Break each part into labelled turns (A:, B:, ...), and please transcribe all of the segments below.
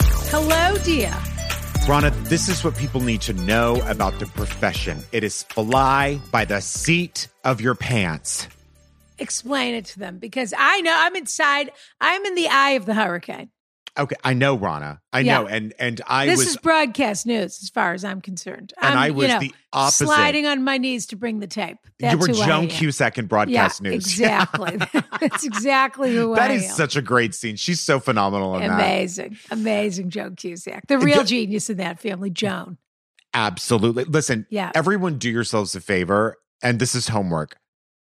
A: Hello, dear.
B: Rana, this is what people need to know about the profession. It is fly by the seat of your pants.
A: Explain it to them because I know I'm inside. I'm in the eye of the hurricane.
B: Okay, I know, Rana. I
A: Yeah.
B: know, and and I
A: this
B: was
A: is broadcast news, as far as I'm concerned.
B: And
A: I'm,
B: I
A: you
B: was
A: know,
B: the opposite.
A: Sliding on my knees to bring the tape. That's
B: you were
A: who I
B: Joan
A: am.
B: Cusack in
A: Yeah,
B: broadcast news.
A: exactly. That's exactly who
B: that
A: I
B: is
A: am.
B: such a great scene. She's so phenomenal in that.
A: amazing, amazing Joan Cusack, the real genius in that family, Joan.
B: Absolutely. Listen,
A: Yeah.
B: everyone do yourselves a favor, and this is homework.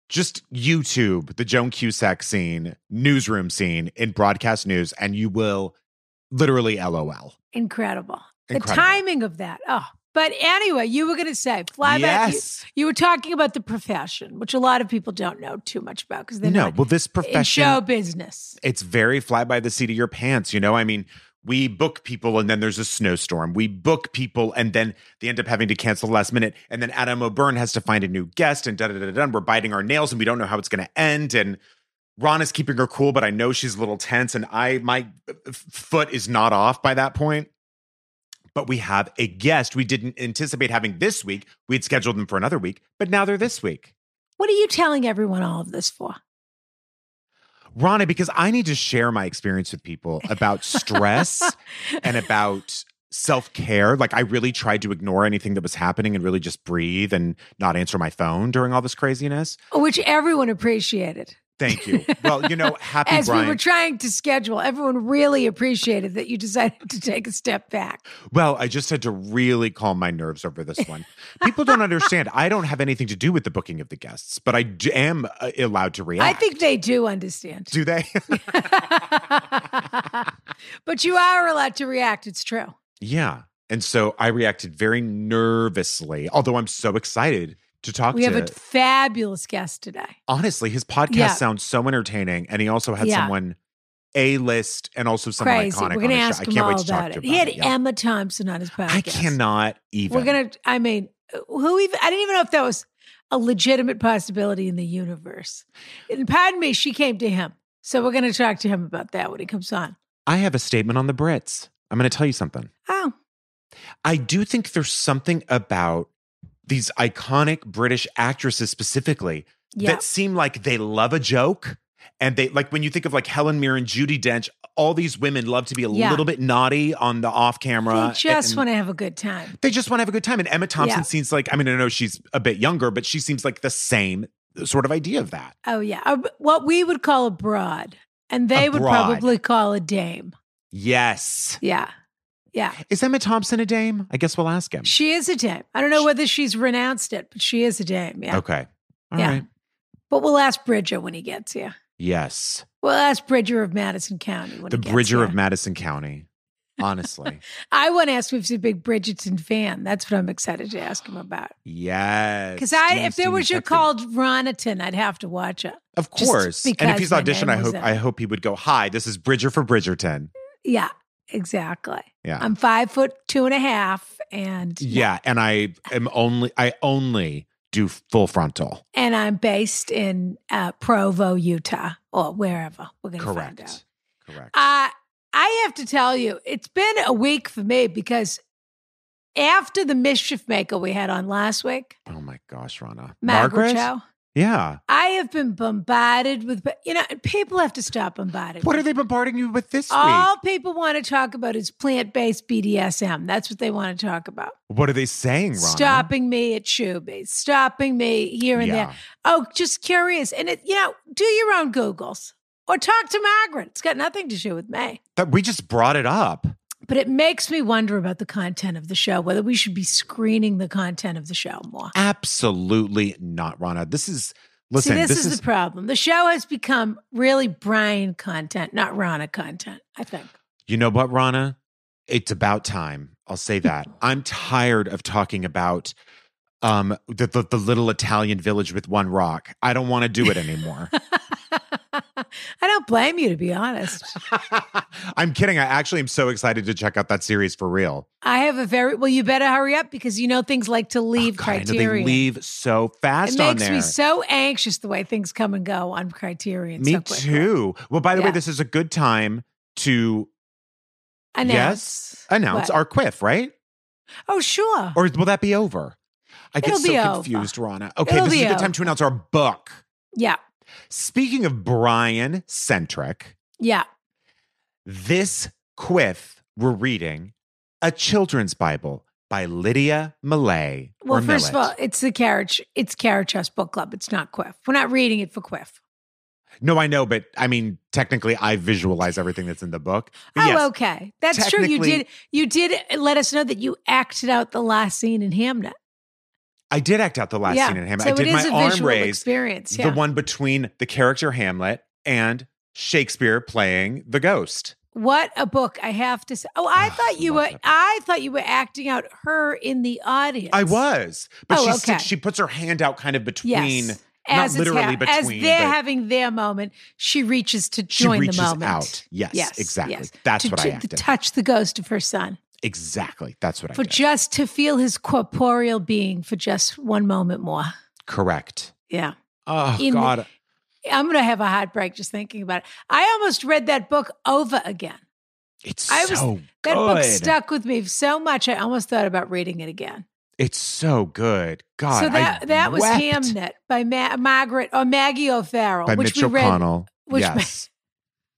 B: Just YouTube the Joan Cusack scene, newsroom scene in broadcast news, and you will literally LOL.
A: Incredible. The
B: Incredible.
A: timing of that. Oh, but anyway, you were going to say fly back. You,
B: yes.
A: you were talking about the profession, which a lot of people don't know too much about because they're
B: no,
A: not
B: well, this
A: in
B: profession,
A: show business.
B: it's very fly by the seat of your pants. You know, I mean, we book people and then there's a snowstorm. We book people and then they end up having to cancel last minute. And then Adam O'Byrne has to find a new guest and da da da da. da, and We're biting our nails and we don't know how it's going to end. And Ron is keeping her cool, but I know she's a little tense and I, my uh, f- foot is not off by that point. But we have a guest we didn't anticipate having this week. We had scheduled them for another week, but now they're this week.
A: What are you telling everyone all of this for?
B: Rana, because I need to share my experience with people about stress and about self care. Like, I really tried to ignore anything that was happening and really just breathe and not answer my phone during all this craziness.
A: Which everyone appreciated.
B: Thank you. Well, you know, happy
A: As
B: Brian.
A: we were trying to schedule, everyone really appreciated that you decided to take a step back.
B: well, I just had to really calm my nerves over this one. People don't understand. I don't have anything to do with the booking of the guests, but I d- am uh, allowed to
A: I
B: react.
A: think they do understand.
B: Do they?
A: but you are allowed to react. It's true.
B: yeah. And so I reacted very nervously, although I'm so excited to talk
A: We
B: to
A: have a fabulous guest today.
B: honestly, his podcast
A: Yeah.
B: sounds so entertaining, and he also had
A: Yeah.
B: someone a list and also someone
A: Crazy.
B: iconic
A: We're
B: on
A: going to
B: his
A: ask
B: show. I
A: him
B: can't
A: all
B: wait to talk
A: about
B: to
A: it.
B: him.
A: He had
B: about it, yeah.
A: Emma Thompson on his podcast.
B: I cannot even.
A: We're going to, I mean, who even, I didn't even know if that was a legitimate possibility in the universe. And pardon me, she came to him. So we're going to talk to him about that when he comes on.
B: I have a statement on the Brits. I'm going to tell you something.
A: Oh,
B: I do think there's something about these iconic British actresses specifically
A: yeah.
B: that seem like they love a joke. And they like when you think of like Helen Mirren, Judy Dench, all these women love to be a
A: Yeah.
B: little bit naughty on the off camera.
A: they just
B: and-
A: want to have a good time.
B: they just want to have a good time. And Emma Thompson
A: Yeah.
B: seems like, I mean, I know she's a bit younger, but she seems like the same sort of idea of that.
A: Oh, yeah. A- what we would call a broad, and they
B: A
A: would
B: broad.
A: probably call a dame.
B: Yes.
A: Yeah. Yeah.
B: Is Emma Thompson a dame? I guess we'll ask him.
A: She is a dame. I don't know whether she's renounced it, but she is a dame. Yeah.
B: Okay. All right.
A: Yeah. But we'll ask Bridger when he gets here.
B: Yes.
A: We'll ask Bridger of Madison County. When
B: The
A: he gets
B: Bridger
A: here.
B: of Madison County. Honestly.
A: I want to ask if he's a big Bridgerton fan. That's what I'm excited to ask him about.
B: yes.
A: Because I,
B: Steamy,
A: if there was
B: steamy,
A: you
B: sexy.
A: called Ronaton, I'd have to watch it.
B: Of
A: just
B: course. And if
A: because
B: he's
A: my
B: auditioned,
A: name
B: I
A: was
B: hope
A: in it.
B: I hope he would go, Hi, this is Bridger for Bridgerton.
A: Yeah, exactly.
B: Yeah.
A: I'm five foot two and a half, and
B: yeah. And I am only I only do full frontal.
A: and I'm based in uh, Provo, Utah, or wherever. We're gonna find out.
B: Correct. Correct.
A: Uh, I have to tell you, it's been a week for me because after the mischief maker we had on last week,
B: oh my gosh, Rana.
A: Margaret, Cho,
B: Yeah.
A: I have been bombarded with, you know, people have to stop bombarding.
B: What
A: me.
B: are they bombarding you with this week?
A: All people want to talk about is plant based BDSM. That's what they want to talk about.
B: What are they saying, Rana?
A: Stopping me at Chubby's, stopping me here and
B: yeah.
A: there. Oh, just curious. And it, you know, do your own Googles. or talk to Margaret. It's got nothing to do with May.
B: That we just brought it up.
A: But it makes me wonder about the content of the show, whether we should be screening the content of the show more.
B: Absolutely not, Rana. This is listen.
A: See, this,
B: this
A: is, the problem. The show has become really Brian content, not Rana content, I think.
B: You know what, Rana? It's about time. I'll say that. I'm tired of talking about um the, the the little Italian village with one rock. I don't want to do it anymore.
A: I don't blame you, to be honest.
B: I'm kidding. I actually am so excited to check out that series for real.
A: I have a very, well, you better hurry up because you know things like to leave
B: God, I know
A: criteria.
B: they leave so
A: It
B: fast on
A: makes
B: there.
A: me so anxious the way things come and go on Criterion.
B: Me
A: so quickly.
B: too. Well, by the way,
A: Yeah.
B: this is a good time to
A: Announce.
B: announce
A: What?
B: our quiff, right?
A: oh, sure.
B: Or will that be over? I get
A: It'll be
B: so
A: over.
B: confused, Rana. Okay,
A: It'll
B: this is
A: be
B: a good time to announce our book.
A: yeah.
B: Speaking of Brian centric,
A: Yeah.
B: this quiff we're reading a children's Bible by Lydia Millay.
A: Well,
B: or
A: first of
B: Millet.
A: all, it's the carriage. It's Carriage House Book Club. It's not Quiff. We're not reading it for Quiff.
B: no, I know, but I mean, technically, I visualize everything that's in the book. But
A: Oh,
B: yes,
A: okay. That's true. You
B: Technically-
A: did. You did let us know that you acted out the last scene in Hamnet.
B: I did act out the last scene in Hamlet.
A: So
B: I did
A: it is
B: my
A: a
B: arm
A: visual
B: raise.
A: experience. Yeah.
B: the one between the character Hamlet and Shakespeare playing the ghost.
A: what a book! I have to say. Oh, I
B: Ah,
A: thought you
B: love
A: were.
B: that book.
A: I thought you were acting out her in the audience.
B: I was, but
A: Oh,
B: she sticks-
A: okay.
B: she puts her hand out kind of between.
A: Yes.
B: not
A: it's
B: literally
A: as
B: between,
A: they're
B: but-
A: having their moment, she reaches to
B: She
A: join
B: reaches
A: the moment.
B: out. Yes, exactly. That's
A: to,
B: what I
A: to,
B: acted.
A: To touch the ghost of her son.
B: Exactly, that's what I
A: for
B: did.
A: just to feel his corporeal being for just one moment more.
B: Correct.
A: Yeah.
B: Oh
A: In the-
B: God,
A: I'm going to have a heartbreak just thinking about it. I almost read that book over again.
B: it's
A: I was-
B: so
A: That book
B: good.
A: stuck with me so much. I almost thought about reading it again.
B: It's so good. God,
A: so that
B: I
A: that was
B: wept
A: Hamnet by Ma- Margaret or Maggie O'Farrell,
B: by
A: which
B: Mitch
A: we read
B: O'Connell.
A: which-
B: yes,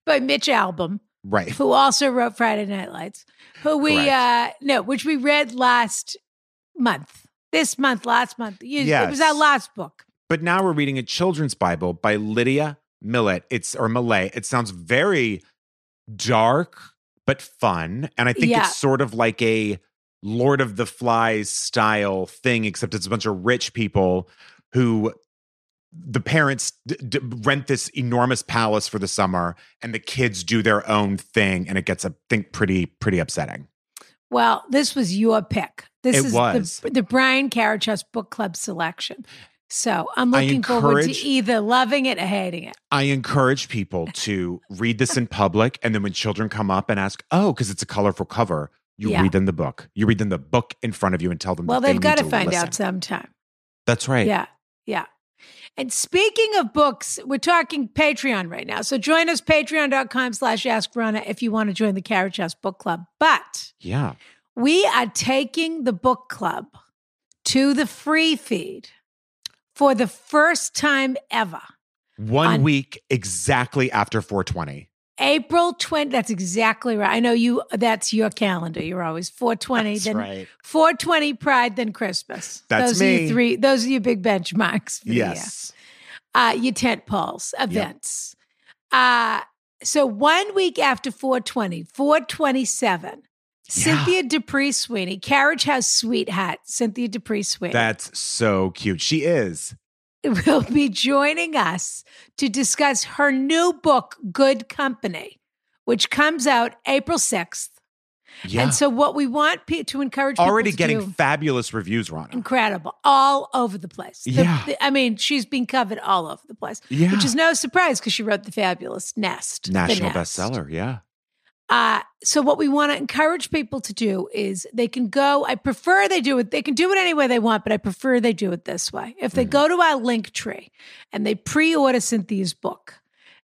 A: by Mitch Album,
B: right.
A: who also wrote Friday Night Lights, who we uh no, which we read last month. This month, last month. You- It was our
B: Yes.
A: last book.
B: But now we're reading a children's Bible by Lydia Millet. It's or Millet. It sounds very dark but fun, and I think
A: Yeah.
B: it's sort of like a Lord of the Flies style thing, except it's a bunch of rich people who the parents d- d- rent this enormous palace for the summer, and the kids do their own thing, and it gets I think pretty pretty upsetting.
A: Well, this was your pick. This
B: It
A: is
B: was.
A: The, the Brian Carriage House Book Club selection. So I'm
B: I
A: looking forward to
B: encourage-
A: either loving it or hating it.
B: I encourage people to read this in public. And then when children come up and ask, oh, because it's a colorful cover, you
A: Yeah.
B: read them the book. You read them the book in front of you and tell them
A: Well,
B: that Um, they
A: they've got
B: need
A: to find
B: listen.
A: out sometime.
B: That's right.
A: Yeah. Yeah. And speaking of books, we're talking Patreon right now. So join us, patreon.com slash ask Rana if you want to join the Carriage House Book Club. But
B: Yeah.
A: we are taking the book club to the free feed for the first time ever.
B: One
A: On-
B: week exactly after 420.
A: April 20. That's exactly right. I know you, that's your calendar. You're always 420,
B: That's
A: then
B: right.
A: 420 Pride, then Christmas.
B: That's
A: those Are
B: me.
A: your three, those are your big benchmarks. For the year.
B: Yes.
A: Uh, your tent poles, events. Uh, so one week after 420, 427, Cynthia Dupree Sweeney, Carriage House Sweetheart, Cynthia Dupree Sweeney.
B: That's so cute. She is.
A: will be joining us to discuss her new book, Good Company, which comes out April 6th.
B: Yeah.
A: And so, what we want pe- to encourage people
B: Already
A: to
B: getting
A: do-
B: fabulous reviews, Rana.
A: incredible all over the place. The-
B: Yeah.
A: the- I mean, she's been covered all over the place,
B: Yeah.
A: which is no surprise because she wrote the fabulous Nest, The
B: National
A: Nest.
B: bestseller. Yeah.
A: Uh, so what we want to encourage people to do is they can go. I prefer they do it. They can do it any way they want, but I prefer they do it this way. If they
B: Mhm.
A: go to our link tree and they pre-order Cynthia's book,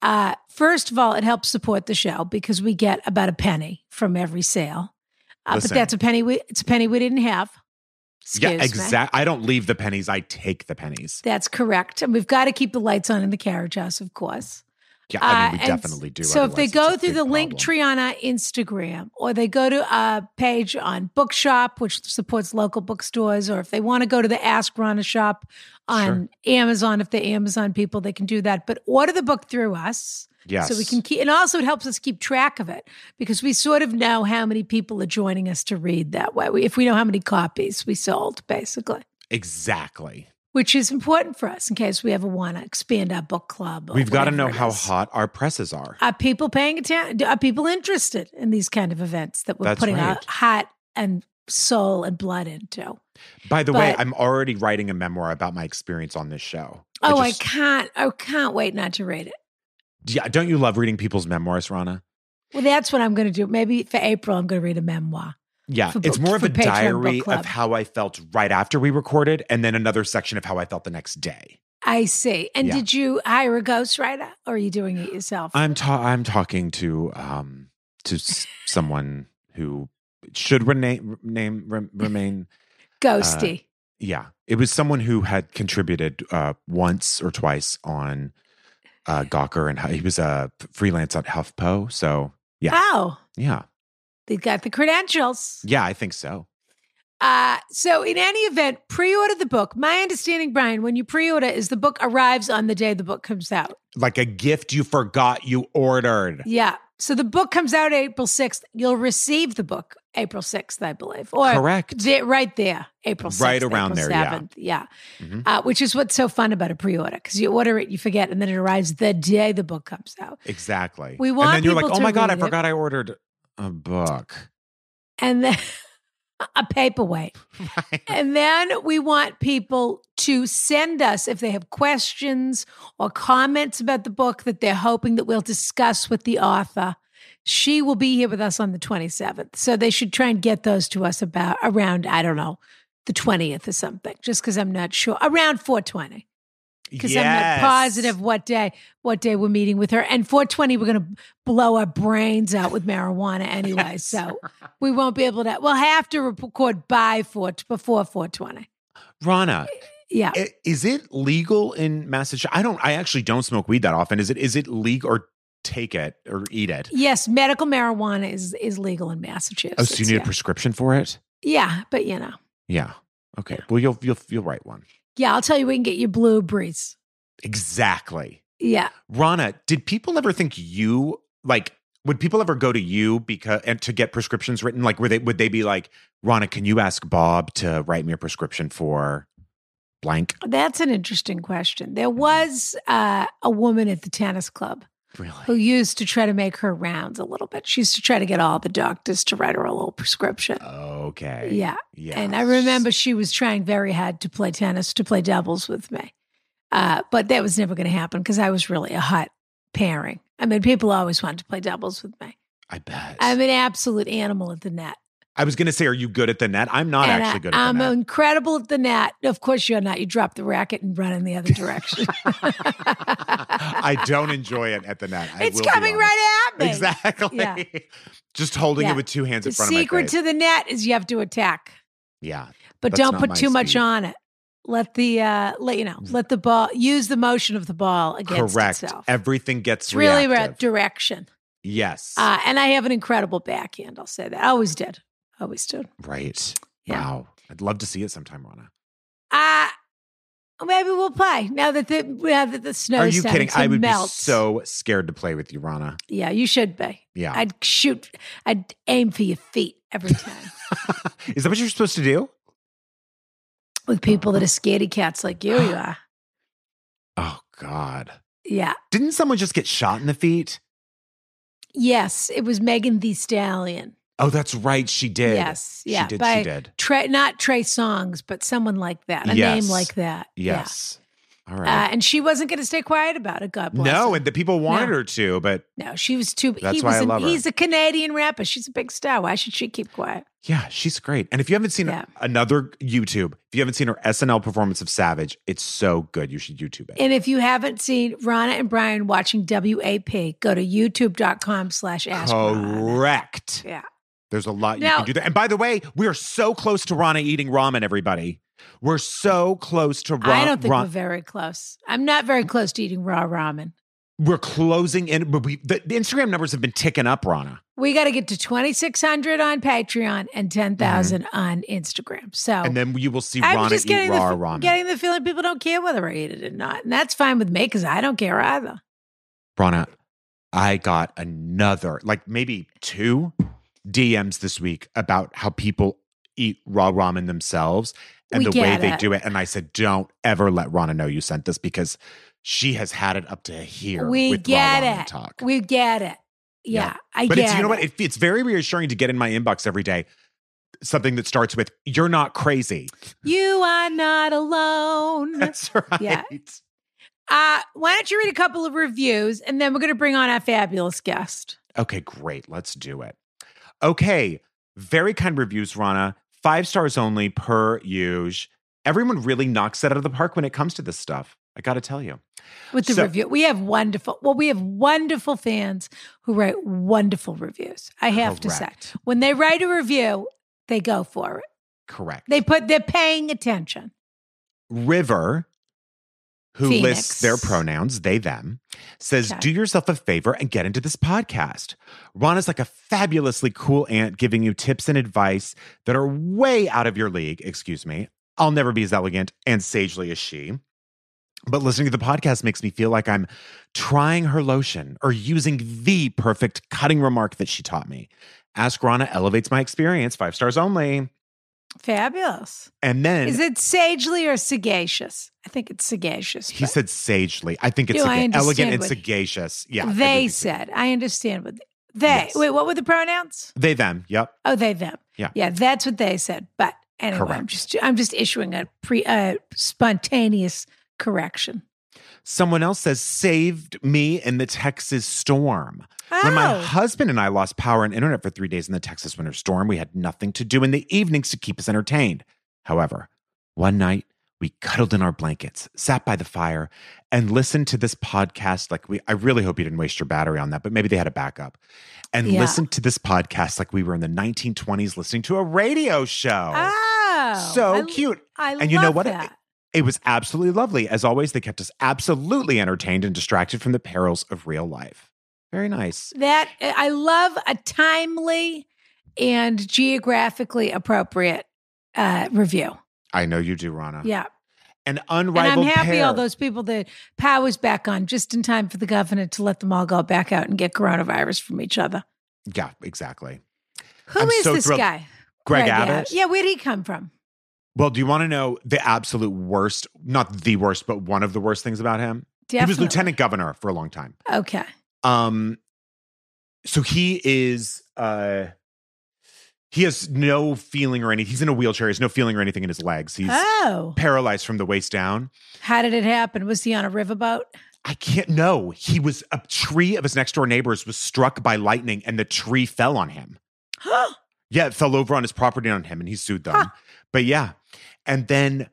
A: uh, first of all, it helps support the show because we get about a penny from every sale. Uh, but
B: Listen.
A: that's a penny. We it's a penny we didn't have. Excuse
B: yeah,
A: me.
B: exactly. I don't leave the pennies. I take the pennies.
A: That's correct. And we've got to keep the lights on in the carriage house, of course.
B: Yeah, I mean, we
A: Uh, and
B: definitely do.
A: So if they
B: otherwise it's a
A: go through
B: big
A: the link
B: problem.
A: tree on our Instagram, or they go to a page on Bookshop, which supports local bookstores, or if they want to go to the Ask Rana shop on Amazon, if they're Amazon people, they can do that. But order the book through us.
B: Yes.
A: So we can keep, and also it helps us keep track of it because we sort of know how many people are joining us to read that way. We, if we know how many copies we sold, basically,
B: Exactly.
A: which is important for us in case we ever want to expand our book club. or
B: We've got to
A: whatever
B: know
A: it
B: how
A: is.
B: hot our presses are.
A: Are people paying attention? Are people interested in these kind of events that we're
B: That's
A: putting our
B: right.
A: heart and soul and blood into?
B: By the way,
A: but-
B: I'm already writing a memoir about my experience on this show.
A: Oh, I,
B: just-
A: can't! I can't wait not to read it.
B: yeah, don't you love reading people's memoirs, Rana?
A: Well, that's what I'm going to do. Maybe for April, I'm going to read a memoir.
B: Yeah,
A: For
B: it's
A: book-
B: more of
A: for
B: a
A: Patreon book
B: diary
A: club.
B: of how I felt right after we recorded, and then another section of how I felt the next day.
A: I see. And
B: Yeah.
A: did you hire a ghostwriter or are you doing it yourself?
B: I'm uh, ta- I'm talking to um to s- someone who should rename name re- remain.
A: Ghosty.
B: Yeah, it was someone who had contributed uh once or twice on uh Gawker, and Hu- he was a f- freelance at HuffPo. So yeah.
A: Oh,
B: yeah,
A: they got the credentials.
B: yeah, I think so.
A: Uh, so, in any event, pre order the book. My understanding, Brian, when you pre order, is the book arrives on the day the book comes out.
B: Like a gift you forgot you ordered.
A: Yeah. So, the book comes out April 6th. You'll receive the book April 6th, I believe. Or
B: Correct.
A: Di- right there, April 6th.
B: Right around
A: April
B: there, yeah.
A: 7th. Yeah.
B: Mhm.
A: Uh, which is what's so fun about a pre order because you order it, you forget, and then it arrives the day the book comes out.
B: Exactly.
A: We want
B: And then you're like,
A: people
B: oh
A: to
B: my god, I
A: read it."
B: forgot I ordered a book.
A: and then a paperweight. And then we want people to send us if they have questions or comments about the book that they're hoping that we'll discuss with the author. She will be here with us on the 27th. So they should try and get those to us about around, I don't know, the 20th or something, just because I'm not sure. Around 420 because I'm not positive what day what day we're meeting with her. And 420, we're going to blow our brains out with marijuana anyway, so we won't be able to. We'll have to record by four before 420.
B: Rana,
A: Yeah,
B: i- is it legal in Massachusetts? I don't. I actually don't smoke weed that often. Is it? Is it legal or take it or eat it?
A: yes, medical marijuana is is legal in Massachusetts.
B: Oh, so you need
A: yeah.
B: a prescription for it?
A: yeah, but you know,
B: Yeah. Okay. Well, you'll you'll you'll write one.
A: yeah, I'll tell you, we can get you blue breeze.
B: Exactly.
A: Yeah,
B: Rana, did people ever think you like? Would people ever go to you because and to get prescriptions written? Like, were they would they be like, Rana, can you ask Bob to write me a prescription for blank?
A: that's an interesting question. There was uh, a woman at the tennis club who
B: Really?
A: used to try to make her rounds a little bit. She used to try to get all the doctors to write her a little prescription.
B: Okay.
A: Yeah.
B: Yeah.
A: And I remember she was trying very hard to play tennis, to play doubles with me. Uh, but that was never going to happen because I was really a hot pairing. I mean, people always wanted to play doubles with me.
B: I bet.
A: I'm an absolute animal at the net.
B: I was gonna say, are you good at the net? I'm not
A: And
B: actually good at
A: I,
B: the
A: am
B: net.
A: incredible at the net. Of course, you're not. You drop the racket and run in the other direction.
B: I don't enjoy it at the net. I
A: it's
B: will be
A: coming
B: honest.
A: right at me.
B: Exactly.
A: Yeah.
B: Just holding
A: Yeah.
B: it with two hands in
A: The
B: front of my
A: secret
B: face.
A: to the net is you have to attack.
B: yeah.
A: but
B: That's
A: don't
B: not
A: put
B: my
A: too much
B: speed. Mm.
A: on it. Let the uh, let you know. Let the ball use the motion of the ball against
B: Correct.
A: itself.
B: Everything gets
A: it's really about
B: reactive.
A: direction.
B: yes.
A: Uh, and I have an incredible backhand. I'll say that. I always did. Always did.
B: right.
A: Yeah.
B: Wow. I'd love to see it sometime, Rana.
A: Uh, maybe we'll play now that the now that the snow
B: Are you kidding? I would
A: melt.
B: be so Oh. scared to play with you, Rana.
A: yeah. You should be.
B: Yeah.
A: I'd shoot. I'd aim for your feet every time
B: Is that what you're supposed to do?
A: with people that are scaredy cats like you. You are.
B: Oh God.
A: Yeah.
B: Didn't someone just get shot in the feet?
A: Yes. It was Megan the Stallion.
B: Oh, that's right. She did.
A: Yes. Yeah.
B: She did.
A: By-
B: she did.
A: Trey, not Trey Songs, but someone like that, a
B: Yes.
A: name like that. Yeah.
B: Yes. All right.
A: Uh, and she wasn't going to stay quiet about it. God bless.
B: No,
A: her.
B: and the people wanted
A: No.
B: her to, but
A: no, she was too.
B: That's
A: he
B: why
A: was
B: I
A: an-
B: love her.
A: He's a Canadian rapper. She's a big star. Why should she keep quiet?
B: yeah, she's great. And if you haven't seen
A: Yeah.
B: another YouTube, if you haven't seen her SNL performance of Savage, it's so good. You should YouTube it.
A: And if you haven't seen Rana and Brian watching WAP, go to youtube.com slash ask. Rana.
B: Correct.
A: Yeah.
B: There's a lot you
A: Now-
B: can do there. And by the way, we are so close to Rana eating ramen, everybody. We're so close to Rana.
A: I don't think we're very close. I'm not very close to eating raw ramen.
B: we're closing in. But we, the, the Instagram numbers have been ticking up, Rana.
A: We got to get to 2,600 on Patreon and 10,000 on Instagram. So
B: Mm-hmm. And then you will see
A: I'm
B: Rana
A: Oh. just
B: eat
A: getting
B: raw
A: the,
B: ramen.
A: getting the feeling people don't care whether I eat it or not, and that's fine with me because I don't care either.
B: Rana, I got another, like maybe two DMs this week about how people eat raw ramen themselves and
A: We
B: the way
A: get
B: they
A: it.
B: do it. And I said, don't ever let Rana know you sent this because she has had it up to here.
A: We
B: with raw
A: get
B: ramen
A: it.
B: Talk.
A: We get it. Yeah, I
B: but
A: get
B: it's, you know
A: it.
B: what? It, it's very reassuring to get in my inbox every day something that starts with, you're not crazy.
A: You are not alone.
B: That's right.
A: Yeah. uh, why don't you read a couple of reviews and then we're going to bring on our fabulous guest.
B: Okay, great. Let's do it. Okay. Very kind reviews, Rana. Five stars only per use. Everyone really knocks it out of the park when it comes to this stuff. I got to tell you.
A: with the
B: So-
A: review. We have wonderful, well, we have wonderful fans who write wonderful reviews. I have to
B: Correct.
A: say, when they write a review, they go for it.
B: Correct.
A: They put, they're paying attention.
B: River, who
A: Phoenix.
B: lists their pronouns, they, them, says,
A: Okay.
B: Do yourself a favor and get into this podcast. Rana's like a fabulously cool aunt giving you tips and advice that are way out of your league. Excuse me. I'll never be as elegant and sagely as she. But listening to the podcast makes me feel like I'm trying her lotion or using the perfect cutting remark that she taught me. Ask Rana elevates my experience, five stars only.
A: Fabulous.
B: And then
A: Is it sagely or sagacious? I think it's sagacious.
B: He
A: but
B: said sagely. I think it's
A: Do I
B: saga- elegant
A: understand
B: and
A: what-
B: sagacious. Yeah. I think
A: they
B: it's-
A: said, I understand what they,
B: Yes.
A: wait, what were the pronouns?
B: They, them. Yep.
A: Oh, they, them.
B: Yeah.
A: Yeah. That's what they said. But anyway, I'm
B: Correct.
A: just, I'm just issuing a pre, uh, spontaneous correction.
B: Someone else says, saved me in the Texas storm. When my
A: Oh.
B: husband and I lost power and internet for three days in the Texas winter storm, we had nothing to do in the evenings to keep us entertained. However, one night we cuddled in our blankets, sat by the fire, and listened to this podcast. Like we, I really hope you didn't waste your battery on that, but maybe they had a backup. And
A: Yeah.
B: listened to this podcast like we were in the 1920s listening to a radio show.
A: Oh,
B: so
A: I-
B: cute.
A: I
B: And you know
A: love
B: what?
A: That.
B: It was absolutely lovely. As always, they kept us absolutely entertained and distracted from the perils of real life. Very nice.
A: that I love a timely and geographically appropriate uh, review.
B: I know you do, Rana.
A: Yeah,
B: An
A: and I'm
B: unrivaled
A: happy
B: pair.
A: all those people that power's back on just in time for the governor to let them all go back out and get coronavirus from each other.
B: yeah, exactly.
A: Who is
B: I'm so
A: this
B: thrilled.
A: guy?
B: Greg,
A: Abbott.
B: Abbott.
A: Yeah, where'd he come from?
B: Well, do you want to know the absolute worst? Not the worst, but one of the worst things about him.
A: Definitely.
B: He was lieutenant governor for a long time.
A: Okay.
B: Um, so he is uh he has no feeling or anything. He's in a wheelchair. He has no feeling or anything in his legs. He's
A: Oh,
B: paralyzed from the waist down.
A: how did it happen? Was he on a riverboat?
B: I can't know. He was a tree of his next door neighbors was struck by lightning and the tree fell on him.
A: Oh,
B: Yeah, it fell over on his property on him and he sued them.
A: Huh.
B: But yeah. And then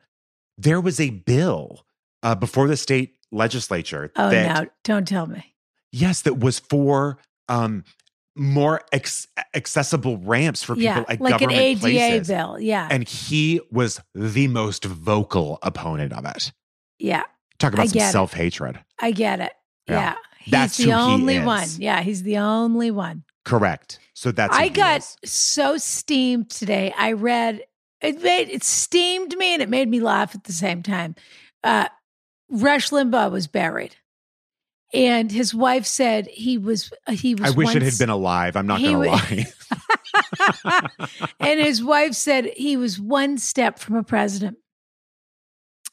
B: there was a bill uh, before the state legislature
A: oh
B: that
A: no! Don't tell me.
B: yes, that was for um more ex- accessible ramps for people
A: yeah, like
B: at
A: an
B: government
A: ADA
B: places.
A: bill. Yeah,
B: And he was the most vocal opponent of it.
A: yeah.
B: Talk
A: I
B: about
A: get
B: some
A: it.
B: self-hatred.
A: I get it.
B: Yeah.
A: Yeah.
B: That's
A: he's
B: who
A: the
B: he
A: only
B: is.
A: one. Yeah, he's the only one.
B: Correct. So that's
A: I
B: who he
A: got
B: is.
A: so steamed today. I read it made it steamed me and it made me laugh at the same time. Uh Rush Limbaugh was buried. And his wife said he was uh, he was
B: I wish it
A: once-
B: had been alive. I'm not
A: He
B: going to
A: wa-
B: lie.
A: and his wife said he was one step from a president.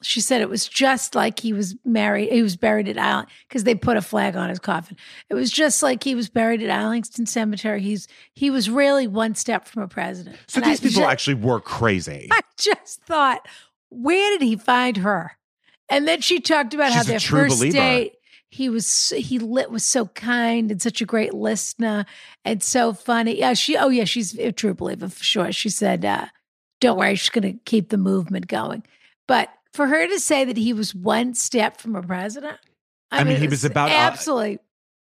A: She said it was just like he was married. He was buried at Island because they put a flag on his coffin. It was just like he was buried at Arlington Cemetery. He's he was really one step from a president.
B: So
A: And I
B: these people
A: ju-
B: actually were crazy.
A: I just thought, where did he find her? And then she talked about how
B: She's a
A: their
B: true
A: first
B: believer.
A: date, he was he lit was so kind and such a great listener and so funny. Yeah, she oh yeah, she's a true believer for sure. She said, uh, "Don't worry, she's going to keep the movement going." But for her to say that he was one step from a president,
B: I mean,
A: it
B: he was about, uh,
A: absolutely.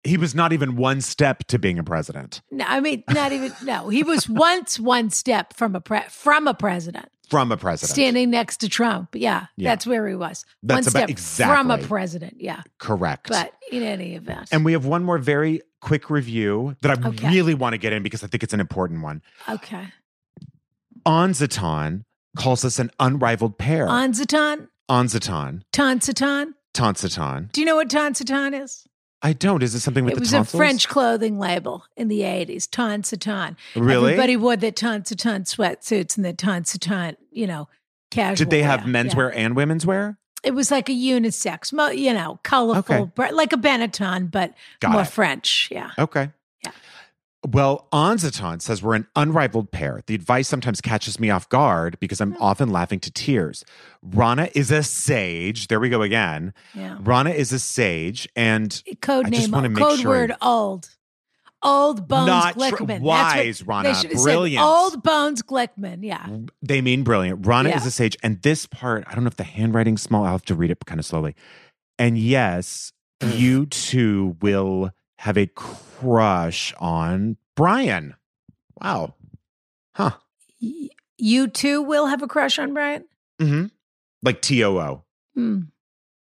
B: He was not even one step to being a president
A: no, I mean, not even no. He was once one step from a pre, from a president.
B: from a president.
A: standing next to Trump. Yeah,
B: Yeah.
A: that's where he was.
B: That's
A: One
B: about-
A: step from a
B: exactly.
A: president. Yeah,
B: Correct.
A: but in any event,
B: and we have one more very quick review that I
A: Okay.
B: really want to get in because I think it's an important one.
A: okay,
B: Anzaton calls us an unrivaled pair.
A: Anzaton,
B: Anzaton,
A: Tonsaton.
B: Tonsaton.
A: Do you know what Tonsaton is?
B: I don't. Is it something with
A: it
B: the
A: was
B: tonsils?
A: a French clothing label in the 80s, Ton Satan.
B: Really?
A: Everybody wore their Ton Satan sweatsuits and their Ton Satan, you know, casual.
B: Did they have
A: wear. Yeah.
B: menswear and women's wear?
A: It was like a unisex, mo- you know, colorful,
B: Okay.
A: br- like a Benetton, but
B: Got
A: more
B: it.
A: French. Yeah.
B: Okay.
A: Yeah.
B: Well, Anzaton says we're an unrivaled pair. The advice sometimes catches me off guard because
A: Hmm.
B: I'm often laughing to tears. Rana is a sage. There we go again.
A: Yeah.
B: Rana is a sage, and
A: Code
B: I just
A: name,
B: wanna
A: old-
B: make
A: code
B: sure-
A: word old. Old Bones
B: Not tr-
A: Glickman. That's what
B: wise,
A: they
B: Rana.
A: should have said.
B: Brilliant. Mm.
A: Old Bones Glickman. Yeah.
B: they mean brilliant. Rana
A: Yeah.
B: is a sage, and this part I don't know if the handwriting's small. I'll have to read it kind of slowly. And yes,
A: Mm.
B: you two will have a crush on Brian. Wow. Huh.
A: Y- You too will have a crush on Brian?
B: Mm-hmm. Like T O O.
A: Hmm.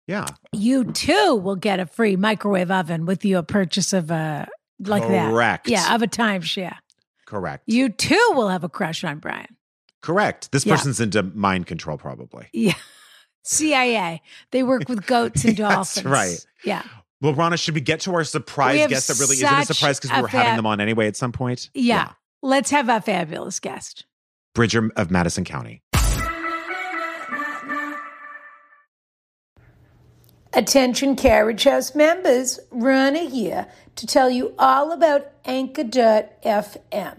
B: Yeah.
A: you too will get a free microwave oven with your purchase of a like that.
B: Correct.
A: Yeah, of a timeshare.
B: Correct.
A: You too will have a crush on Brian.
B: Correct. This
A: Yeah.
B: person's into mind control, probably.
A: Yeah. CIA. They work with goats and
B: That's
A: dolphins.
B: right.
A: Yeah.
B: Well, Rana, should we get to our
A: We
B: surprise
A: have
B: guest that really isn't a
A: such
B: surprise because
A: a
B: we were having
A: fab-
B: them on anyway at some point?
A: Yeah. Let's have a fabulous guest.
B: Bridger of Madison County.
A: Attention Carriage House members, Rana here to tell you all about Anchor.fm.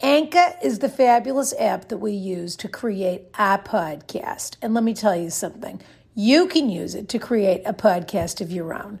A: Anchor is the fabulous app that we use to create our podcast. And let me tell you something you can use it to create a podcast of your own.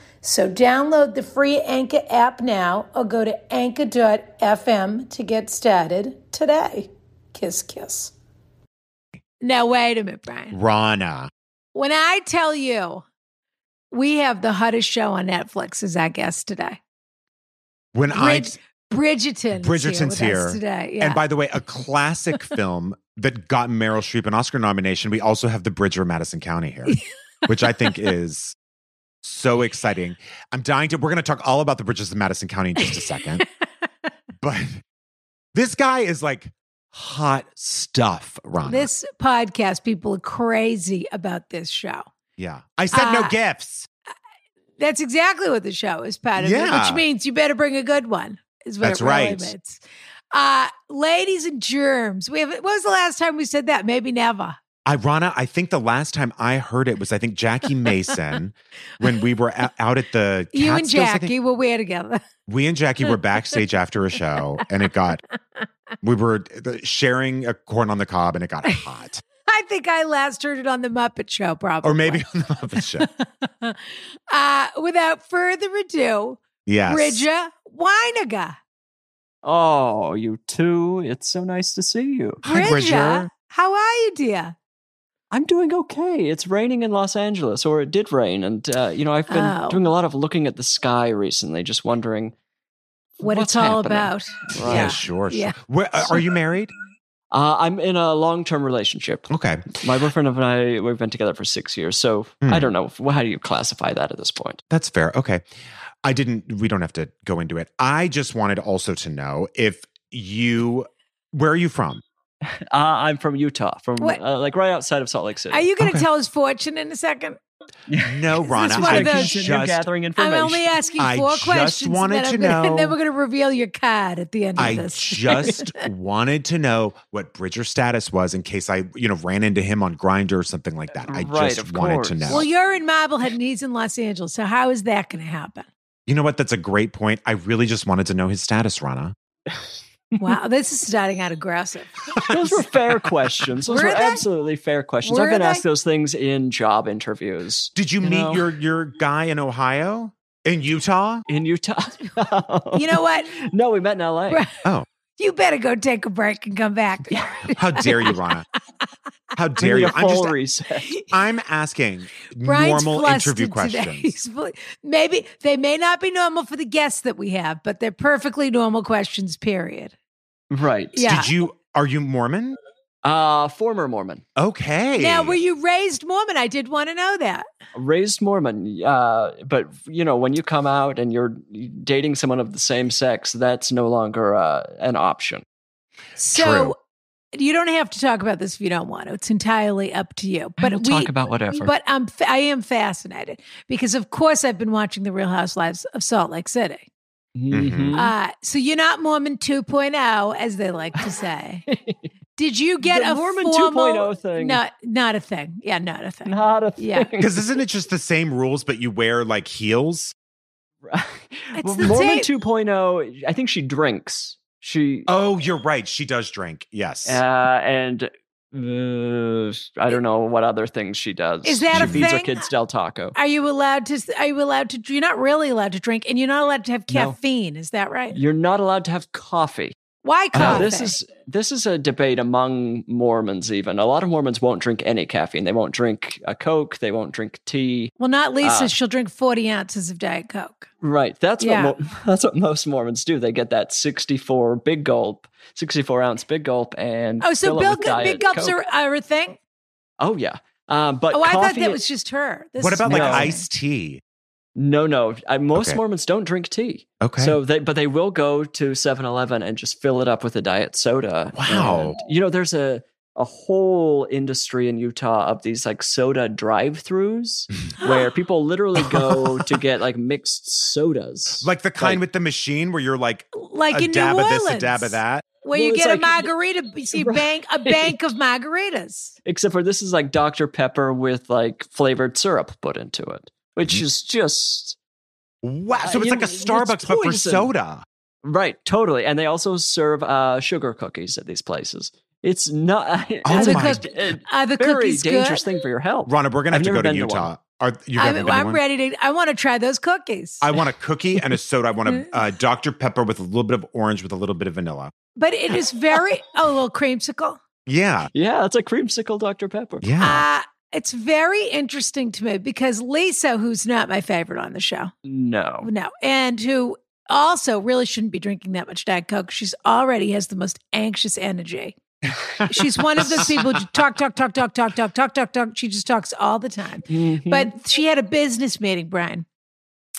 A: So download the free Anchor app now or go to anchor.fm to get started today. Kiss, kiss. Now, wait a minute, Brian.
B: Rana.
A: When I tell you we have the hottest show on Netflix as our guest today,
B: When
A: Brid-
B: I.
A: Bridgerton.
B: Bridgerton's
A: is here, with us
B: here.
A: today. Yeah.
B: And by the way, a classic film that got Meryl Streep an Oscar nomination. We also have the Bridger of Madison County here, which I think is so exciting. I'm dying to. We're going to talk all about the Bridges of Madison County in just a second. but this guy is like hot stuff, Ron.
A: this podcast, people are crazy about this show.
B: yeah. I said no
A: Uh,
B: gifts.
A: That's exactly what the show is, Pat.
B: Yeah.
A: Which means you better bring a good one, is what
B: That's
A: it really
B: right.
A: means. Uh, ladies and germs. We have what was the last time we said that? Maybe never.
B: I, Rana, I think the last time I heard it was, I think, Jackie Mason when we were o- out at the.
A: You and
B: Catskills, I think.
A: Jackie were weird together.
B: We and Jackie were backstage after a show, and it got we were eh, sharing a corn on the cob, and it got hot.
A: I think I last heard it on the Muppet Show, probably.
B: Or maybe on the Muppet Show.
A: uh, without further ado,
B: Yes,
A: Bridger Weiniger.
C: Oh, you two. It's so nice to see you.
B: Hi, Bridger.
A: how are you, dear?
C: I'm doing okay. It's raining in Los Angeles, or it did rain. And, uh, you know, I've been
A: Oh.
C: doing a lot of looking at the sky recently, just wondering
A: What
C: what's
A: it's all
C: happening?
A: about.
C: Right.
B: Yeah,
A: Yeah.
B: sure. sure.
A: Yeah.
B: Where- are- are you married?
C: Uh, I'm in a long term relationship.
B: Okay.
C: My boyfriend and I, we've been together for six years. So
B: Hmm.
C: I don't know. How do you classify that at this point?
B: That's fair. Okay. I didn't, we don't have to go into it. I just wanted also to know if you, where are you from?
C: Uh, I'm from Utah, from
A: What?
C: uh, like right outside of Salt Lake City.
A: Are you going to
B: Okay.
A: tell his fortune in a second?
B: No,
A: Is this
B: Rana.
A: one
B: I
A: of those-
C: Continue
B: just,
C: gathering information.
A: I'm only asking
B: I
A: four
B: just
A: questions. and
B: wanted
A: then I'm
B: to
A: gonna-
B: know-
A: And then we're going to reveal your card at the end of
B: I
A: this.
B: just wanted to know what Bridger's status was in case I, you know, ran into him on Grinder or something like that. I
C: Right,
B: just
C: of
B: wanted to
C: course.
B: know.
A: well, you're in Marblehead and he's in Los Angeles. So how is that going to happen?
B: You know what? That's a great point. I really just wanted to know his status, Rana.
A: Wow, this is starting out aggressive.
C: those were fair questions. Those
A: Were
C: were,
A: they?
C: absolutely fair questions.
A: Were
C: I've been
A: they?
C: asked those things in job interviews
B: Did you,
C: You
B: meet
C: know.
B: your your guy in Ohio? In Utah?
C: in Utah.
A: You know what?
C: no, we met in LA.
A: Right.
B: Oh.
A: You better go take a break and come back.
B: How dare you, Rana? How
C: We
B: dare
C: need
B: you?
C: a
B: I'm
C: full
B: just
C: reset.
B: I'm asking
A: Brian's
B: normal
A: flustered
B: interview
A: today.
B: questions.
A: He's fl- Maybe they may not be normal for the guests that we have, but they're perfectly normal questions, period.
C: Right.
A: Yeah.
B: Did you Are you Mormon?
C: Uh, former Mormon,
B: Okay.
A: Now, were you raised Mormon? I did want to know that.
C: raised Mormon. Uh, but you know, when you come out and you're dating someone of the same sex, that's no longer uh, an option.
A: So you don't have to talk about this if you don't want to. It's entirely up to you. But
C: But we'll
A: we,
C: talk about whatever.
A: but I'm fa- I am fascinated because of course I've been watching the Real Housewives of Salt Lake City.
C: Mhm.
A: Uh, so you're not Mormon 2.0, as they like to say. Did you get
C: The
A: a
C: Mormon
A: formal,
C: 2.0 thing.
A: No, not a thing. Yeah, not a thing.
C: Not a thing.
A: Yeah.
B: Because isn't it just the same rules, but you wear like heels?
C: well,
A: the
C: Mormon
A: same-
C: 2.0, I think she drinks. She
B: Oh, you're right. She does drink. Yes.
C: uh, and uh, I don't know what other things she does.
A: Is that
C: she
A: a
C: feeds her
A: thing?
C: kids Del Taco.
A: Are you allowed to? Are you allowed to? You're not really allowed to drink, and you're not allowed to have
C: No.
A: caffeine. Is that right?
C: You're not allowed to have coffee.
A: Why
C: Now,
A: coffee?
C: Uh, this is this is a debate among Mormons. Even a lot of Mormons won't drink any caffeine. They won't drink a Coke. They won't drink tea.
A: well, not Lisa.
C: Ah.
A: She'll drink 40 ounces of Diet Coke.
C: Right. That's
A: Yeah.
C: what mo- that's what most Mormons do. They get that sixty-four big gulp, sixty-four ounce big gulp, and
A: Oh, so
C: fill it
A: Bill,
C: with Diet
A: big gulps
C: Coke.
A: are, are a
B: Uh,
A: thing.
C: Oh yeah. Um, but
A: Oh, I
C: coffee,
A: thought that was just her. This
B: what
A: is
B: about like
C: No.
A: fascinating.
B: iced tea?
C: no, no. I, most
B: Okay.
C: Mormons don't drink tea.
B: Okay.
C: So they, but they will go to 7-Eleven and just fill it up with a diet soda.
B: Wow.
C: And, you know, there's a a whole industry in Utah of these like soda drive-throughs
B: Mm-hmm.
C: where people literally go to get like mixed sodas.
B: like the kind
C: like-
B: with the machine where you're like
A: like
B: a
A: in
B: dab
A: New
B: of
A: Orleans,
B: this, a dab of that.
A: where
C: Well,
A: you
C: it's
A: get a
C: like-
A: margarita. You see,
C: Right.
A: bank a bank of margaritas.
C: except for this is like Dr Pepper with like flavored syrup put into it, which
B: Mm-hmm.
C: is just
B: Wow.
C: Uh,
B: So it's
C: you
B: like a
C: know, it's
B: Starbucks, but for
C: poison.
B: soda.
C: right, totally. And they also serve uh, sugar cookies at these places. It's not.
B: Oh
C: it's a
B: my
C: good- a
A: Are Uh, the
C: very
A: cookies
C: dangerous
A: good?
C: thing for your health.
B: Rhonda, we're gonna have
C: I've
B: to go
C: never
B: to
C: been to one.
B: Utah. Are you
A: I'm,
B: haven't been to
A: I'm
B: one?
A: ready to. I want to try those cookies.
B: I want a cookie and a soda. I want a uh, Dr. Pepper with a little bit of orange with a little bit of vanilla.
A: but it is very oh, a little creamsicle.
B: Yeah.
C: Yeah, it's a creamsicle Dr Pepper.
B: Yeah.
A: Uh, it's very interesting to me because Lisa, who's not my favorite on the show,
C: No.
A: Oh, no, and who also really shouldn't be drinking that much Diet Coke. She's already has the most anxious energy. She's one of those people who just talk, talk, talk, talk, talk, talk, talk, talk, talk. She just talks all the time.
C: Hmm. Mm-hmm.
A: But she had a business meeting, Brian,